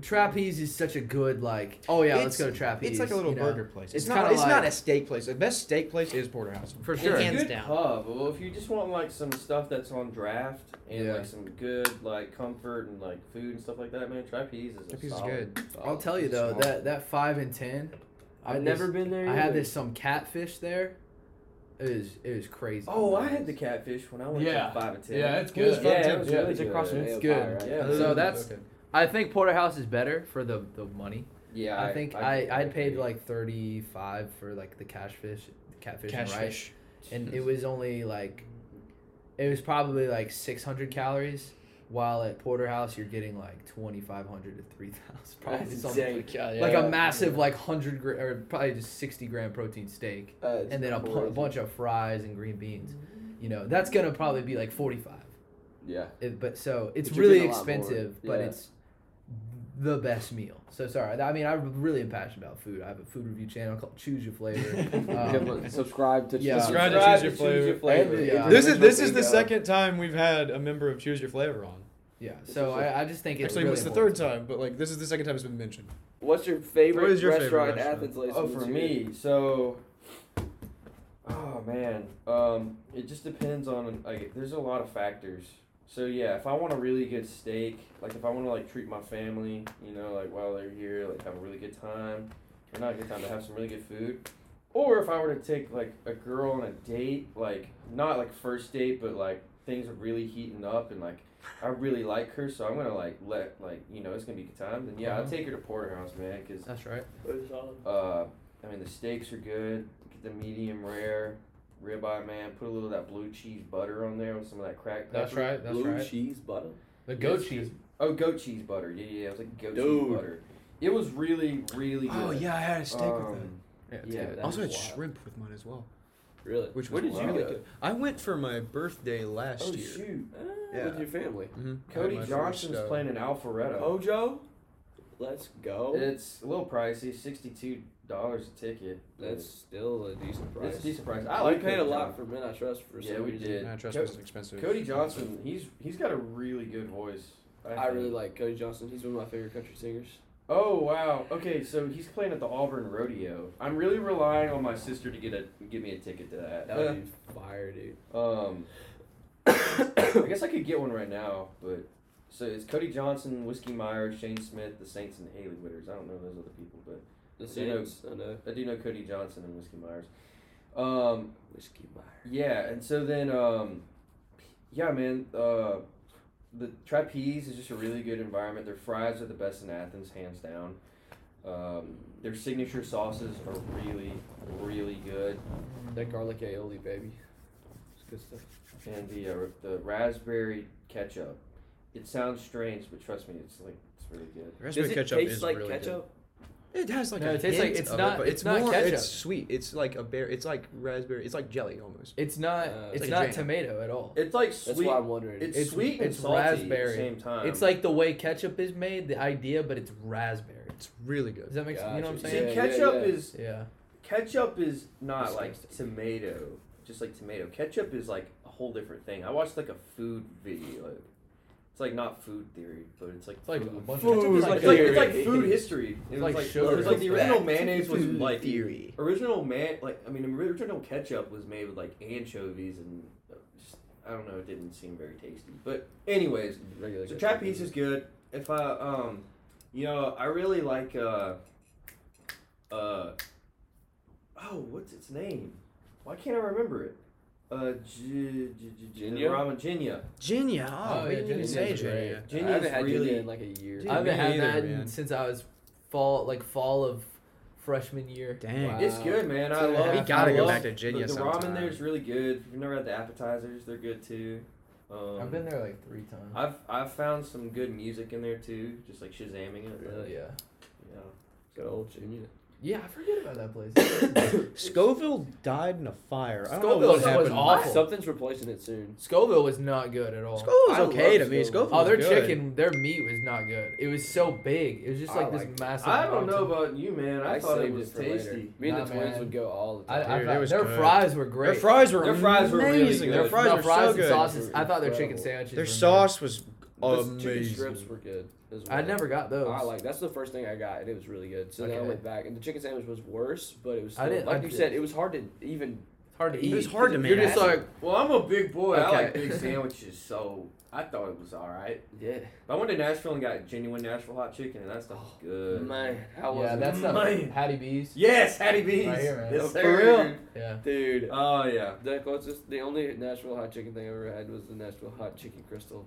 Speaker 6: trapeze is such a good like. Oh yeah,
Speaker 4: It's-
Speaker 6: let's go to trapeze.
Speaker 4: It's like a little
Speaker 6: you know?
Speaker 4: burger place. It's,
Speaker 6: It's
Speaker 4: not.
Speaker 6: kinda
Speaker 4: It's not
Speaker 6: like-
Speaker 4: a steak place. The best steak place is Porterhouse.
Speaker 6: for
Speaker 3: It's
Speaker 6: sure.
Speaker 3: a
Speaker 6: And,
Speaker 3: good
Speaker 4: down.
Speaker 3: pub. Well, if you just want like some stuff that's on draft and
Speaker 6: Yeah.
Speaker 3: like some good like comfort and like food and stuff like that, man, trapeze is a
Speaker 4: Trapeze is
Speaker 3: solid.
Speaker 4: good.
Speaker 6: I'll tell you though that that five and ten. I
Speaker 5: I've
Speaker 6: was-
Speaker 5: never been there.
Speaker 6: I had
Speaker 5: either.
Speaker 6: this some catfish there. It was it was crazy.
Speaker 3: Oh, I had the catfish when I went
Speaker 7: Yeah.
Speaker 3: to five and ten.
Speaker 7: Yeah, it's
Speaker 4: Who's
Speaker 7: good.
Speaker 3: Yeah, it
Speaker 4: Yeah,
Speaker 3: was
Speaker 7: yeah,
Speaker 3: really
Speaker 5: It's across from
Speaker 3: good.
Speaker 6: It's
Speaker 5: AO
Speaker 6: good.
Speaker 5: Pie, right?
Speaker 3: Yeah.
Speaker 6: So
Speaker 3: Ooh,
Speaker 6: that's. I think porterhouse is better for the the money.
Speaker 3: Yeah,
Speaker 6: I, think I I
Speaker 3: agree.
Speaker 6: paid like thirty five for like the catfish catfish and rice.
Speaker 4: catfish.
Speaker 5: Hmm.
Speaker 6: and it was only like it was probably like 600 calories while at porterhouse you're getting like 2500 to 3000 probably
Speaker 5: That's
Speaker 6: something
Speaker 5: insane.
Speaker 6: like
Speaker 5: Yeah.
Speaker 6: a massive like 100 gra- or probably just 60 gram protein steak
Speaker 5: Uh, it's
Speaker 6: and then a pu-
Speaker 5: crazy. Mm-hmm.
Speaker 6: bunch of fries and green beans you know that's gonna probably be like 45
Speaker 5: Yeah.
Speaker 6: It- but so it's
Speaker 5: But you're
Speaker 6: really
Speaker 5: getting a lot more.
Speaker 6: expensive but
Speaker 5: Yeah.
Speaker 6: it's the best meal so sorry i mean i'm really impassioned about food i have a food review channel called choose your flavor
Speaker 5: Yeah,
Speaker 6: um,
Speaker 5: but subscribe to.
Speaker 6: yeah.
Speaker 4: Subscribe to Choose Your Flavor.
Speaker 5: And the-
Speaker 6: Yeah.
Speaker 5: and
Speaker 4: This is this
Speaker 5: original
Speaker 4: is the
Speaker 5: Bingo.
Speaker 4: second time we've had a member of Choose Your Flavor on.
Speaker 6: yeah so I, I just think it's
Speaker 4: Actually,
Speaker 6: really
Speaker 4: it's the
Speaker 6: important.
Speaker 4: third time, but like this is the second time it's been mentioned.
Speaker 5: What's your favorite
Speaker 4: What is your favorite
Speaker 5: restaurant in
Speaker 4: restaurant?
Speaker 5: Athens? Lace?
Speaker 3: Oh,
Speaker 5: What's
Speaker 3: for
Speaker 5: your-
Speaker 3: me, so. Oh man, um, it just depends on like. There's a lot of factors. So yeah, if I want a really good steak, like if I want to like treat my family, you know, like while they're here, like have a really good time, or not a good time to have some really good food. Or if I were to take like a girl on a date, like not like first date, but like things are really heating up and like I really like her, so I'm gonna like let like you know it's gonna be a good time. Then yeah, I'll take her to Porterhouse, man, because
Speaker 6: That's right.
Speaker 3: uh, I mean, the steaks are good. Get the medium rare ribeye, man. Put a little of that blue cheese butter on there with some of that cracked pepper.
Speaker 6: That's right. That's
Speaker 2: Blue
Speaker 6: right.
Speaker 2: cheese butter.
Speaker 6: The goat
Speaker 3: Yes,
Speaker 6: cheese.
Speaker 3: Oh, goat cheese butter. Yeah, yeah. yeah, It was like goat cheese
Speaker 2: Dude.
Speaker 3: butter. It was really, really good.
Speaker 4: Oh yeah, I had a steak
Speaker 3: Um,
Speaker 4: with it. Yeah, it's
Speaker 3: yeah,
Speaker 4: good.
Speaker 3: that
Speaker 4: Also
Speaker 3: is
Speaker 4: had
Speaker 3: wild.
Speaker 4: shrimp with mine as well,
Speaker 2: Really?
Speaker 4: which was
Speaker 3: Where did you
Speaker 4: really
Speaker 3: go?
Speaker 4: good. I went for my birthday last
Speaker 3: Oh
Speaker 4: year.
Speaker 3: shoot!
Speaker 2: With your family.
Speaker 4: Mm-hmm.
Speaker 3: Cody Johnson's playing an Alpharetta.
Speaker 5: Oh.
Speaker 2: Ojo, let's go.
Speaker 3: It's a little pricey, sixty-two dollars a ticket.
Speaker 2: That's still a decent price.
Speaker 3: it's a decent price. I like
Speaker 2: we paid a
Speaker 3: Cody
Speaker 2: lot
Speaker 3: Johnson.
Speaker 2: for men. I trust for
Speaker 3: Yeah,
Speaker 2: some
Speaker 3: we
Speaker 2: reason.
Speaker 3: did.
Speaker 4: I trust
Speaker 3: Co-
Speaker 4: was expensive.
Speaker 3: Cody Johnson, he's he's got a really good voice.
Speaker 2: I
Speaker 3: think.
Speaker 2: really like Cody Johnson. He's one of my favorite country singers.
Speaker 3: Oh wow. Okay, so he's playing at the Auburn Rodeo. I'm really relying on my sister to get a give me a ticket to that.
Speaker 2: That would be fire, dude.
Speaker 3: Um, I guess I could get one right now, but so it's Cody Johnson, Whiskey Meyer, Shane Smith, the Saints, and Haley Witters. I don't know those other people, but
Speaker 2: The
Speaker 3: You know-
Speaker 2: Saints, I know.
Speaker 3: I do know Cody Johnson and Whiskey Myers. Um,
Speaker 2: Whiskey Meyer.
Speaker 3: yeah, and so then, um, yeah, man, uh, the trapeze is just a really good environment. Their fries are the best in Athens, hands down. Um, their signature sauces are really, really good,
Speaker 2: That garlic aioli, baby. It's good stuff.
Speaker 3: and the uh, the raspberry ketchup. It sounds strange, but trust me, it's like it's really good.
Speaker 4: Raspberry
Speaker 2: Does it
Speaker 4: ketchup
Speaker 2: taste
Speaker 4: is
Speaker 2: like
Speaker 4: really
Speaker 2: ketchup?
Speaker 4: good. It has like
Speaker 6: No,
Speaker 4: a
Speaker 6: it tastes like-
Speaker 4: hint
Speaker 6: it's
Speaker 4: of it,
Speaker 6: not-
Speaker 4: but
Speaker 6: it's not
Speaker 4: more
Speaker 6: ketchup.
Speaker 4: it's sweet. It's like a bear. It's like raspberry. It's like jelly almost.
Speaker 6: It's not.
Speaker 2: Uh,
Speaker 6: it's
Speaker 4: Like
Speaker 6: not
Speaker 4: jam.
Speaker 6: tomato at all.
Speaker 3: It's like
Speaker 2: That's
Speaker 3: sweet.
Speaker 2: why I'm wondering.
Speaker 3: it's,
Speaker 6: It's-
Speaker 3: sweet and
Speaker 6: it's
Speaker 3: salty at
Speaker 6: raspberry.
Speaker 3: the same time.
Speaker 6: it's like the way ketchup is made. The idea, but it's raspberry.
Speaker 4: It's really
Speaker 6: Does
Speaker 4: good.
Speaker 6: that make sense? You know what I'm
Speaker 2: Gotcha.
Speaker 3: see,
Speaker 6: saying?
Speaker 2: Yeah, yeah,
Speaker 3: ketchup
Speaker 2: yeah.
Speaker 3: is
Speaker 6: Yeah.
Speaker 3: Ketchup is not like
Speaker 2: Disgusting.
Speaker 3: tomato, just like tomato. Ketchup is like a whole different thing. I watched like a food video. It's like not food theory, but it's like
Speaker 6: It's like a
Speaker 3: food-
Speaker 6: bunch
Speaker 4: Food.
Speaker 6: of
Speaker 3: It's like,
Speaker 4: like
Speaker 3: it's like,
Speaker 2: theory.
Speaker 3: it's like food history. It was
Speaker 6: like
Speaker 3: like, it
Speaker 6: sugar.
Speaker 3: was like the
Speaker 6: It's
Speaker 3: original
Speaker 6: back
Speaker 3: mayonnaise was
Speaker 6: food
Speaker 3: like
Speaker 6: theory.
Speaker 3: original man like I mean original ketchup was made with like anchovies and uh, just, I don't know it didn't seem very tasty. But anyways,
Speaker 2: Regular
Speaker 3: so
Speaker 2: ketchup.
Speaker 3: trapeze is good. If I um, you know, I really like uh, uh, oh, what's its name? Why can't I remember it? Uh, J- J- J- J-
Speaker 2: Ginya?
Speaker 3: ramen Jinya.
Speaker 4: Ginya.
Speaker 6: Oh, yeah, Ginya's
Speaker 4: say
Speaker 6: great.
Speaker 4: Ginya.
Speaker 2: I haven't
Speaker 3: Jinya's
Speaker 2: had
Speaker 3: really.
Speaker 2: Gideon in like a year.
Speaker 4: Dude,
Speaker 6: I haven't
Speaker 4: me
Speaker 6: had
Speaker 4: either,
Speaker 6: that
Speaker 4: man.
Speaker 6: since I was fall, like fall of freshman year.
Speaker 4: Dang.
Speaker 2: Wow.
Speaker 3: It's good, man. I
Speaker 6: Two and a
Speaker 3: love.
Speaker 6: half
Speaker 4: We gotta
Speaker 3: I
Speaker 4: go
Speaker 3: love-
Speaker 4: back to Ginya
Speaker 3: The, the
Speaker 4: sometime.
Speaker 3: ramen there is really good. If you've never had the appetizers, they're good too. Um,
Speaker 7: I've been there like three times.
Speaker 3: I've I've found some good music in there too, just like shazamming it.
Speaker 2: Really?
Speaker 7: yeah.
Speaker 3: Yeah.
Speaker 2: Good old Junior.
Speaker 7: Yeah, I forget about that place.
Speaker 4: Scoville died in a fire. I don't know
Speaker 6: Scoville
Speaker 4: what
Speaker 6: was
Speaker 4: happened.
Speaker 6: awful.
Speaker 2: Something's replacing it soon.
Speaker 6: Scoville was not good at all.
Speaker 4: Scoville was
Speaker 2: I
Speaker 4: okay to
Speaker 2: love
Speaker 4: me.
Speaker 2: Scoville.
Speaker 4: Scoville.
Speaker 6: Oh,
Speaker 4: was
Speaker 6: their
Speaker 4: good.
Speaker 6: chicken, their meat was not good. It was so big. It was just
Speaker 2: I
Speaker 6: like this
Speaker 2: liked it.
Speaker 6: massive.
Speaker 3: I don't know
Speaker 6: mountain.
Speaker 3: about you, man. I,
Speaker 2: I
Speaker 3: thought it
Speaker 2: saved
Speaker 3: was
Speaker 2: for
Speaker 3: tasty.
Speaker 2: later. Me and the
Speaker 7: Nah,
Speaker 2: twins
Speaker 7: man.
Speaker 2: would go all the
Speaker 7: I,
Speaker 2: time.
Speaker 7: I
Speaker 4: Dude,
Speaker 7: thought
Speaker 4: it was
Speaker 7: their
Speaker 4: good.
Speaker 7: fries were great.
Speaker 4: Their fries were
Speaker 3: Their fries were really
Speaker 4: amazing. Their
Speaker 3: good.
Speaker 4: fries
Speaker 6: no,
Speaker 4: were
Speaker 6: fries
Speaker 4: so
Speaker 6: and
Speaker 4: good.
Speaker 6: sauces. I thought their chicken
Speaker 2: Incredible.
Speaker 6: sandwiches.
Speaker 4: Their
Speaker 6: were
Speaker 4: sauce was
Speaker 2: Those chicken
Speaker 4: amazing.
Speaker 2: strips were good. As well.
Speaker 6: I never got those.
Speaker 2: I like that's the first thing I got, and it was really good. So then I
Speaker 6: Okay.
Speaker 2: went back, and the chicken sandwich was worse, but it was
Speaker 6: I
Speaker 2: still,
Speaker 6: didn't-
Speaker 2: like
Speaker 6: I
Speaker 2: you
Speaker 6: did-
Speaker 2: said, it was hard to even.
Speaker 6: It's hard to
Speaker 2: It
Speaker 6: eat.
Speaker 4: was hard to
Speaker 6: You're
Speaker 4: make.
Speaker 6: just like
Speaker 3: Well, I'm a big boy. I
Speaker 6: Okay.
Speaker 3: like big sandwiches, so I thought it was all right.
Speaker 2: Yeah,
Speaker 3: I went to Nashville and got genuine Nashville hot chicken, and that stuff
Speaker 2: Oh,
Speaker 3: was good.
Speaker 2: man, how was
Speaker 7: yeah,
Speaker 2: it?
Speaker 7: that's
Speaker 3: Man.
Speaker 7: not Hattie B's.
Speaker 3: Yes, Hattie B's.
Speaker 7: Right here, man.
Speaker 3: Yes,
Speaker 2: Oh, For
Speaker 3: sir.
Speaker 2: real?
Speaker 6: yeah.
Speaker 2: dude.
Speaker 3: Oh yeah.
Speaker 2: The closest, the only Nashville hot chicken thing I ever had was the Nashville hot chicken crystal.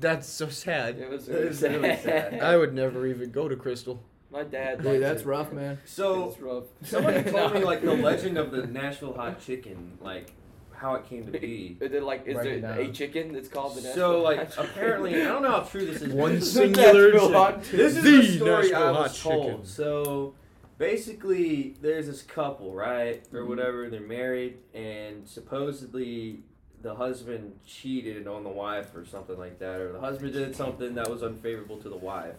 Speaker 4: That's so sad.
Speaker 2: It was,
Speaker 3: It
Speaker 2: it
Speaker 3: was really sad.
Speaker 4: I would never even go to Crystal.
Speaker 2: My dad.
Speaker 6: Dude,
Speaker 2: liked
Speaker 6: that's
Speaker 2: it.
Speaker 6: rough, man.
Speaker 3: So
Speaker 2: It's rough.
Speaker 3: somebody told me
Speaker 6: No.
Speaker 3: like the legend of the Nashville hot chicken, like how it came to be.
Speaker 2: And then, like, is
Speaker 7: Break
Speaker 2: there
Speaker 7: it down.
Speaker 2: a chicken that's called the Nashville?
Speaker 3: So
Speaker 2: hot
Speaker 3: like
Speaker 2: chicken?
Speaker 3: apparently, I don't know how true this is.
Speaker 4: One
Speaker 3: This is-
Speaker 4: singular.
Speaker 2: Nashville
Speaker 4: chick-
Speaker 2: hot
Speaker 3: This is
Speaker 4: the
Speaker 3: the story
Speaker 4: Nashville
Speaker 3: I
Speaker 4: hot
Speaker 3: was told.
Speaker 4: chicken.
Speaker 3: So basically, there's this couple, right, or
Speaker 4: Mm-hmm.
Speaker 3: whatever. They're married, and supposedly the husband cheated on the wife or something like that, or the husband did something that was unfavorable to the wife.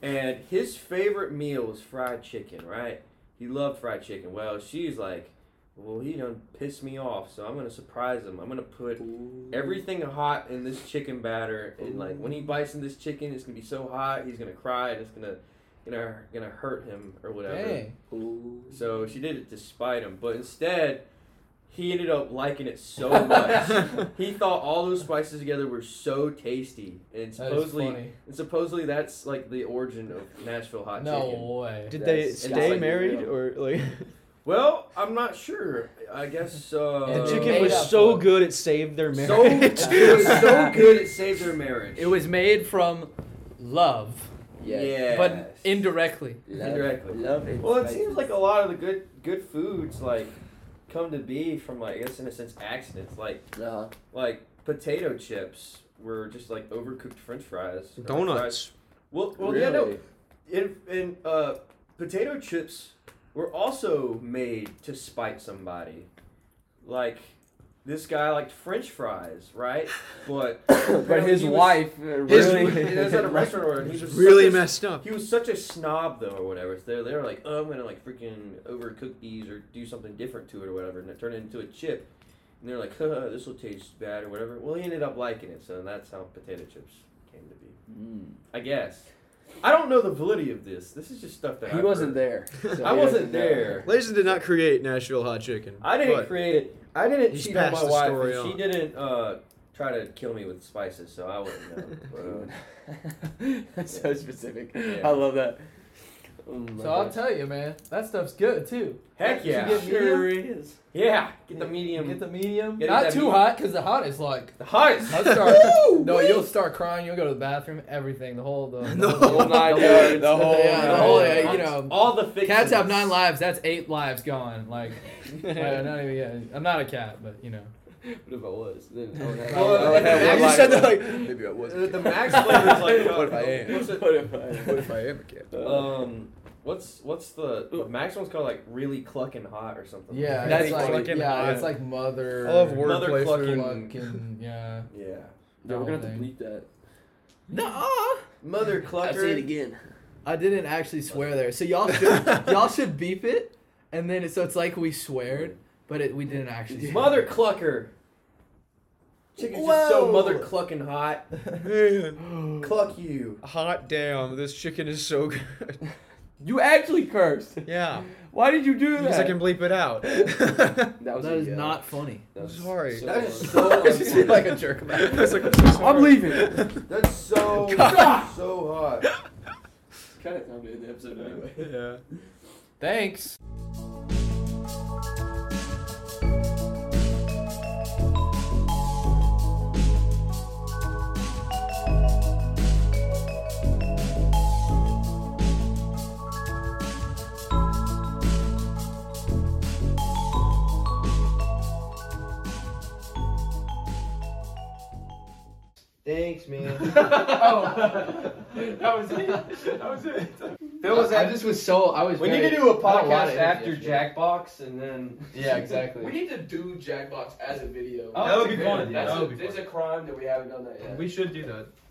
Speaker 3: And his favorite meal was fried chicken, right? He loved fried chicken. Well, she's like, well, he done pissed me off, so I'm gonna surprise him. I'm gonna put everything hot in this chicken batter, and like when he bites in this chicken, it's gonna be so hot, he's gonna cry, and it's gonna, gonna, gonna hurt him or whatever.
Speaker 7: Dang.
Speaker 3: So she did it to spite him, but instead, He ended up liking it so much. he thought all those spices together were so tasty, and
Speaker 7: That is
Speaker 3: supposedly,
Speaker 7: funny.
Speaker 3: and supposedly that's like the origin of Nashville hot chicken.
Speaker 7: No way.
Speaker 4: Did they
Speaker 3: That's-
Speaker 4: stay
Speaker 3: that's-
Speaker 4: married or like?
Speaker 3: Well, I'm not sure. I guess uh,
Speaker 4: the
Speaker 7: Uh,
Speaker 4: chicken
Speaker 7: made
Speaker 4: was
Speaker 7: up
Speaker 4: so
Speaker 7: one.
Speaker 4: good it saved their
Speaker 3: so
Speaker 4: marriage.
Speaker 3: it was so good it saved their marriage.
Speaker 6: It was made from love,
Speaker 3: yeah,
Speaker 6: but indirectly.
Speaker 2: Love,
Speaker 3: Indirectly.
Speaker 2: Love and
Speaker 3: Well, it
Speaker 2: spices.
Speaker 3: seems like a lot of the good good foods like come to be from like I guess in a sense accidents. Like
Speaker 2: Uh-huh.
Speaker 3: like potato chips were just like overcooked French fries. or fries.
Speaker 4: Donuts.
Speaker 3: Well, well, yeah, no. And, and uh, potato chips were also made to spite somebody. Like this guy liked French fries, right? But
Speaker 5: but his wife uh,
Speaker 3: His,
Speaker 5: really.
Speaker 3: he was at a restaurant order. and He was
Speaker 4: Really
Speaker 3: such a-
Speaker 4: messed up.
Speaker 3: he was such a snob though, or whatever. So they're they're like, oh, I'm gonna like freaking overcook these or do something different to it or whatever, and it turned it into a chip. And they're like, huh, this will taste bad or whatever. Well, he ended up liking it, so that's how potato chips came to be.
Speaker 2: Mm.
Speaker 3: I guess. I don't know the validity of this. This is just stuff that
Speaker 5: He
Speaker 3: I've
Speaker 5: wasn't
Speaker 3: heard.
Speaker 5: there. so he
Speaker 3: I
Speaker 5: doesn't
Speaker 3: wasn't
Speaker 5: know.
Speaker 3: there.
Speaker 4: Lason did not create Nashville hot chicken.
Speaker 3: I didn't
Speaker 4: but
Speaker 3: create it. I didn't
Speaker 4: He's
Speaker 3: cheat on my
Speaker 4: passed the
Speaker 3: wife.
Speaker 4: story
Speaker 3: and She
Speaker 4: on.
Speaker 3: didn't uh, try to kill me with spices, so I wouldn't know. But, uh,
Speaker 5: That's so specific.
Speaker 3: Yeah.
Speaker 5: I love that. Oh my
Speaker 7: So I'll
Speaker 5: gosh.
Speaker 7: tell you, man, that stuff's good too.
Speaker 3: heck
Speaker 7: Did you
Speaker 3: yeah.
Speaker 7: get medium?
Speaker 5: is.
Speaker 3: Yeah. Get the medium.
Speaker 7: Get the medium.
Speaker 3: Get
Speaker 7: Not
Speaker 3: that
Speaker 7: too
Speaker 3: medium.
Speaker 7: hot, cause the hot is like.
Speaker 3: the hottest.
Speaker 7: I'll start, no, you'll start crying. You'll go to the bathroom. Everything, the whole, the,
Speaker 4: No.
Speaker 7: the whole night,
Speaker 5: dude,
Speaker 7: the whole,
Speaker 6: yeah, the
Speaker 7: the
Speaker 6: whole,
Speaker 7: whole,
Speaker 6: yeah,
Speaker 7: you
Speaker 6: you
Speaker 7: know.
Speaker 6: know.
Speaker 3: All the fixings.
Speaker 6: Cats have nine lives. That's eight lives gone. Like, I- not even, yeah, I'm not a cat, but you know.
Speaker 5: What if I was? Then I would have-
Speaker 3: Well,
Speaker 4: Oh,
Speaker 5: I would have
Speaker 3: you
Speaker 5: one life.
Speaker 3: said
Speaker 4: that like maybe I
Speaker 3: Uh, The, the max flavor is like. uh,
Speaker 4: What if I am?
Speaker 3: What's it?
Speaker 5: What if I- Uh,
Speaker 4: if I am a kid?
Speaker 3: Um, what's what's the, the max one's called like really clucking hot or something?
Speaker 7: Yeah,
Speaker 4: That's
Speaker 7: it's like,
Speaker 4: fucking
Speaker 7: yeah,
Speaker 4: hot.
Speaker 7: it's like mother.
Speaker 4: I love
Speaker 3: Mother
Speaker 4: wordplay
Speaker 3: clucking.
Speaker 4: for
Speaker 7: Fucking yeah.
Speaker 3: Yeah.
Speaker 5: Yeah, we're gonna have to
Speaker 7: Thing.
Speaker 5: bleep that.
Speaker 3: Mother
Speaker 5: I say it
Speaker 3: clucker.
Speaker 5: again.
Speaker 6: I didn't actually swear there. So y'all should y'all should beep it, and then it, so it's like we sweared, but it, we didn't actually. swear.
Speaker 3: Mother clucker. Chicken's just so mother clucking hot.
Speaker 4: Man,
Speaker 3: Cluck you.
Speaker 4: hot damn! This chicken is so good.
Speaker 5: You actually cursed.
Speaker 4: Yeah,
Speaker 5: Why did you do that?
Speaker 4: because I can bleep it out.
Speaker 5: That was
Speaker 6: that
Speaker 5: a
Speaker 6: is
Speaker 5: yell.
Speaker 6: not funny.
Speaker 5: That was
Speaker 4: Sorry.
Speaker 5: so
Speaker 3: That is
Speaker 5: loud.
Speaker 3: so unfortunate.
Speaker 4: like a jerk about it. It's like,
Speaker 5: I'm leaving.
Speaker 3: That's so so hot.
Speaker 5: Kind of time to end the episode anyway.
Speaker 4: Yeah.
Speaker 6: Thanks.
Speaker 3: Thanks, man.
Speaker 1: Oh. That was it. That was it.
Speaker 3: Phil was
Speaker 7: I
Speaker 3: at-
Speaker 7: just was so I was.
Speaker 3: we
Speaker 7: very,
Speaker 3: need to do a
Speaker 7: I had lot of
Speaker 3: podcast after
Speaker 7: energy yesterday.
Speaker 3: Jackbox and then
Speaker 7: Yeah, exactly.
Speaker 5: We need to do Jackbox as a video.
Speaker 1: Oh, That would be
Speaker 5: That's
Speaker 1: fun.
Speaker 5: a-
Speaker 1: That would be
Speaker 5: There's a crime that we haven't done that yet.
Speaker 1: We should do that.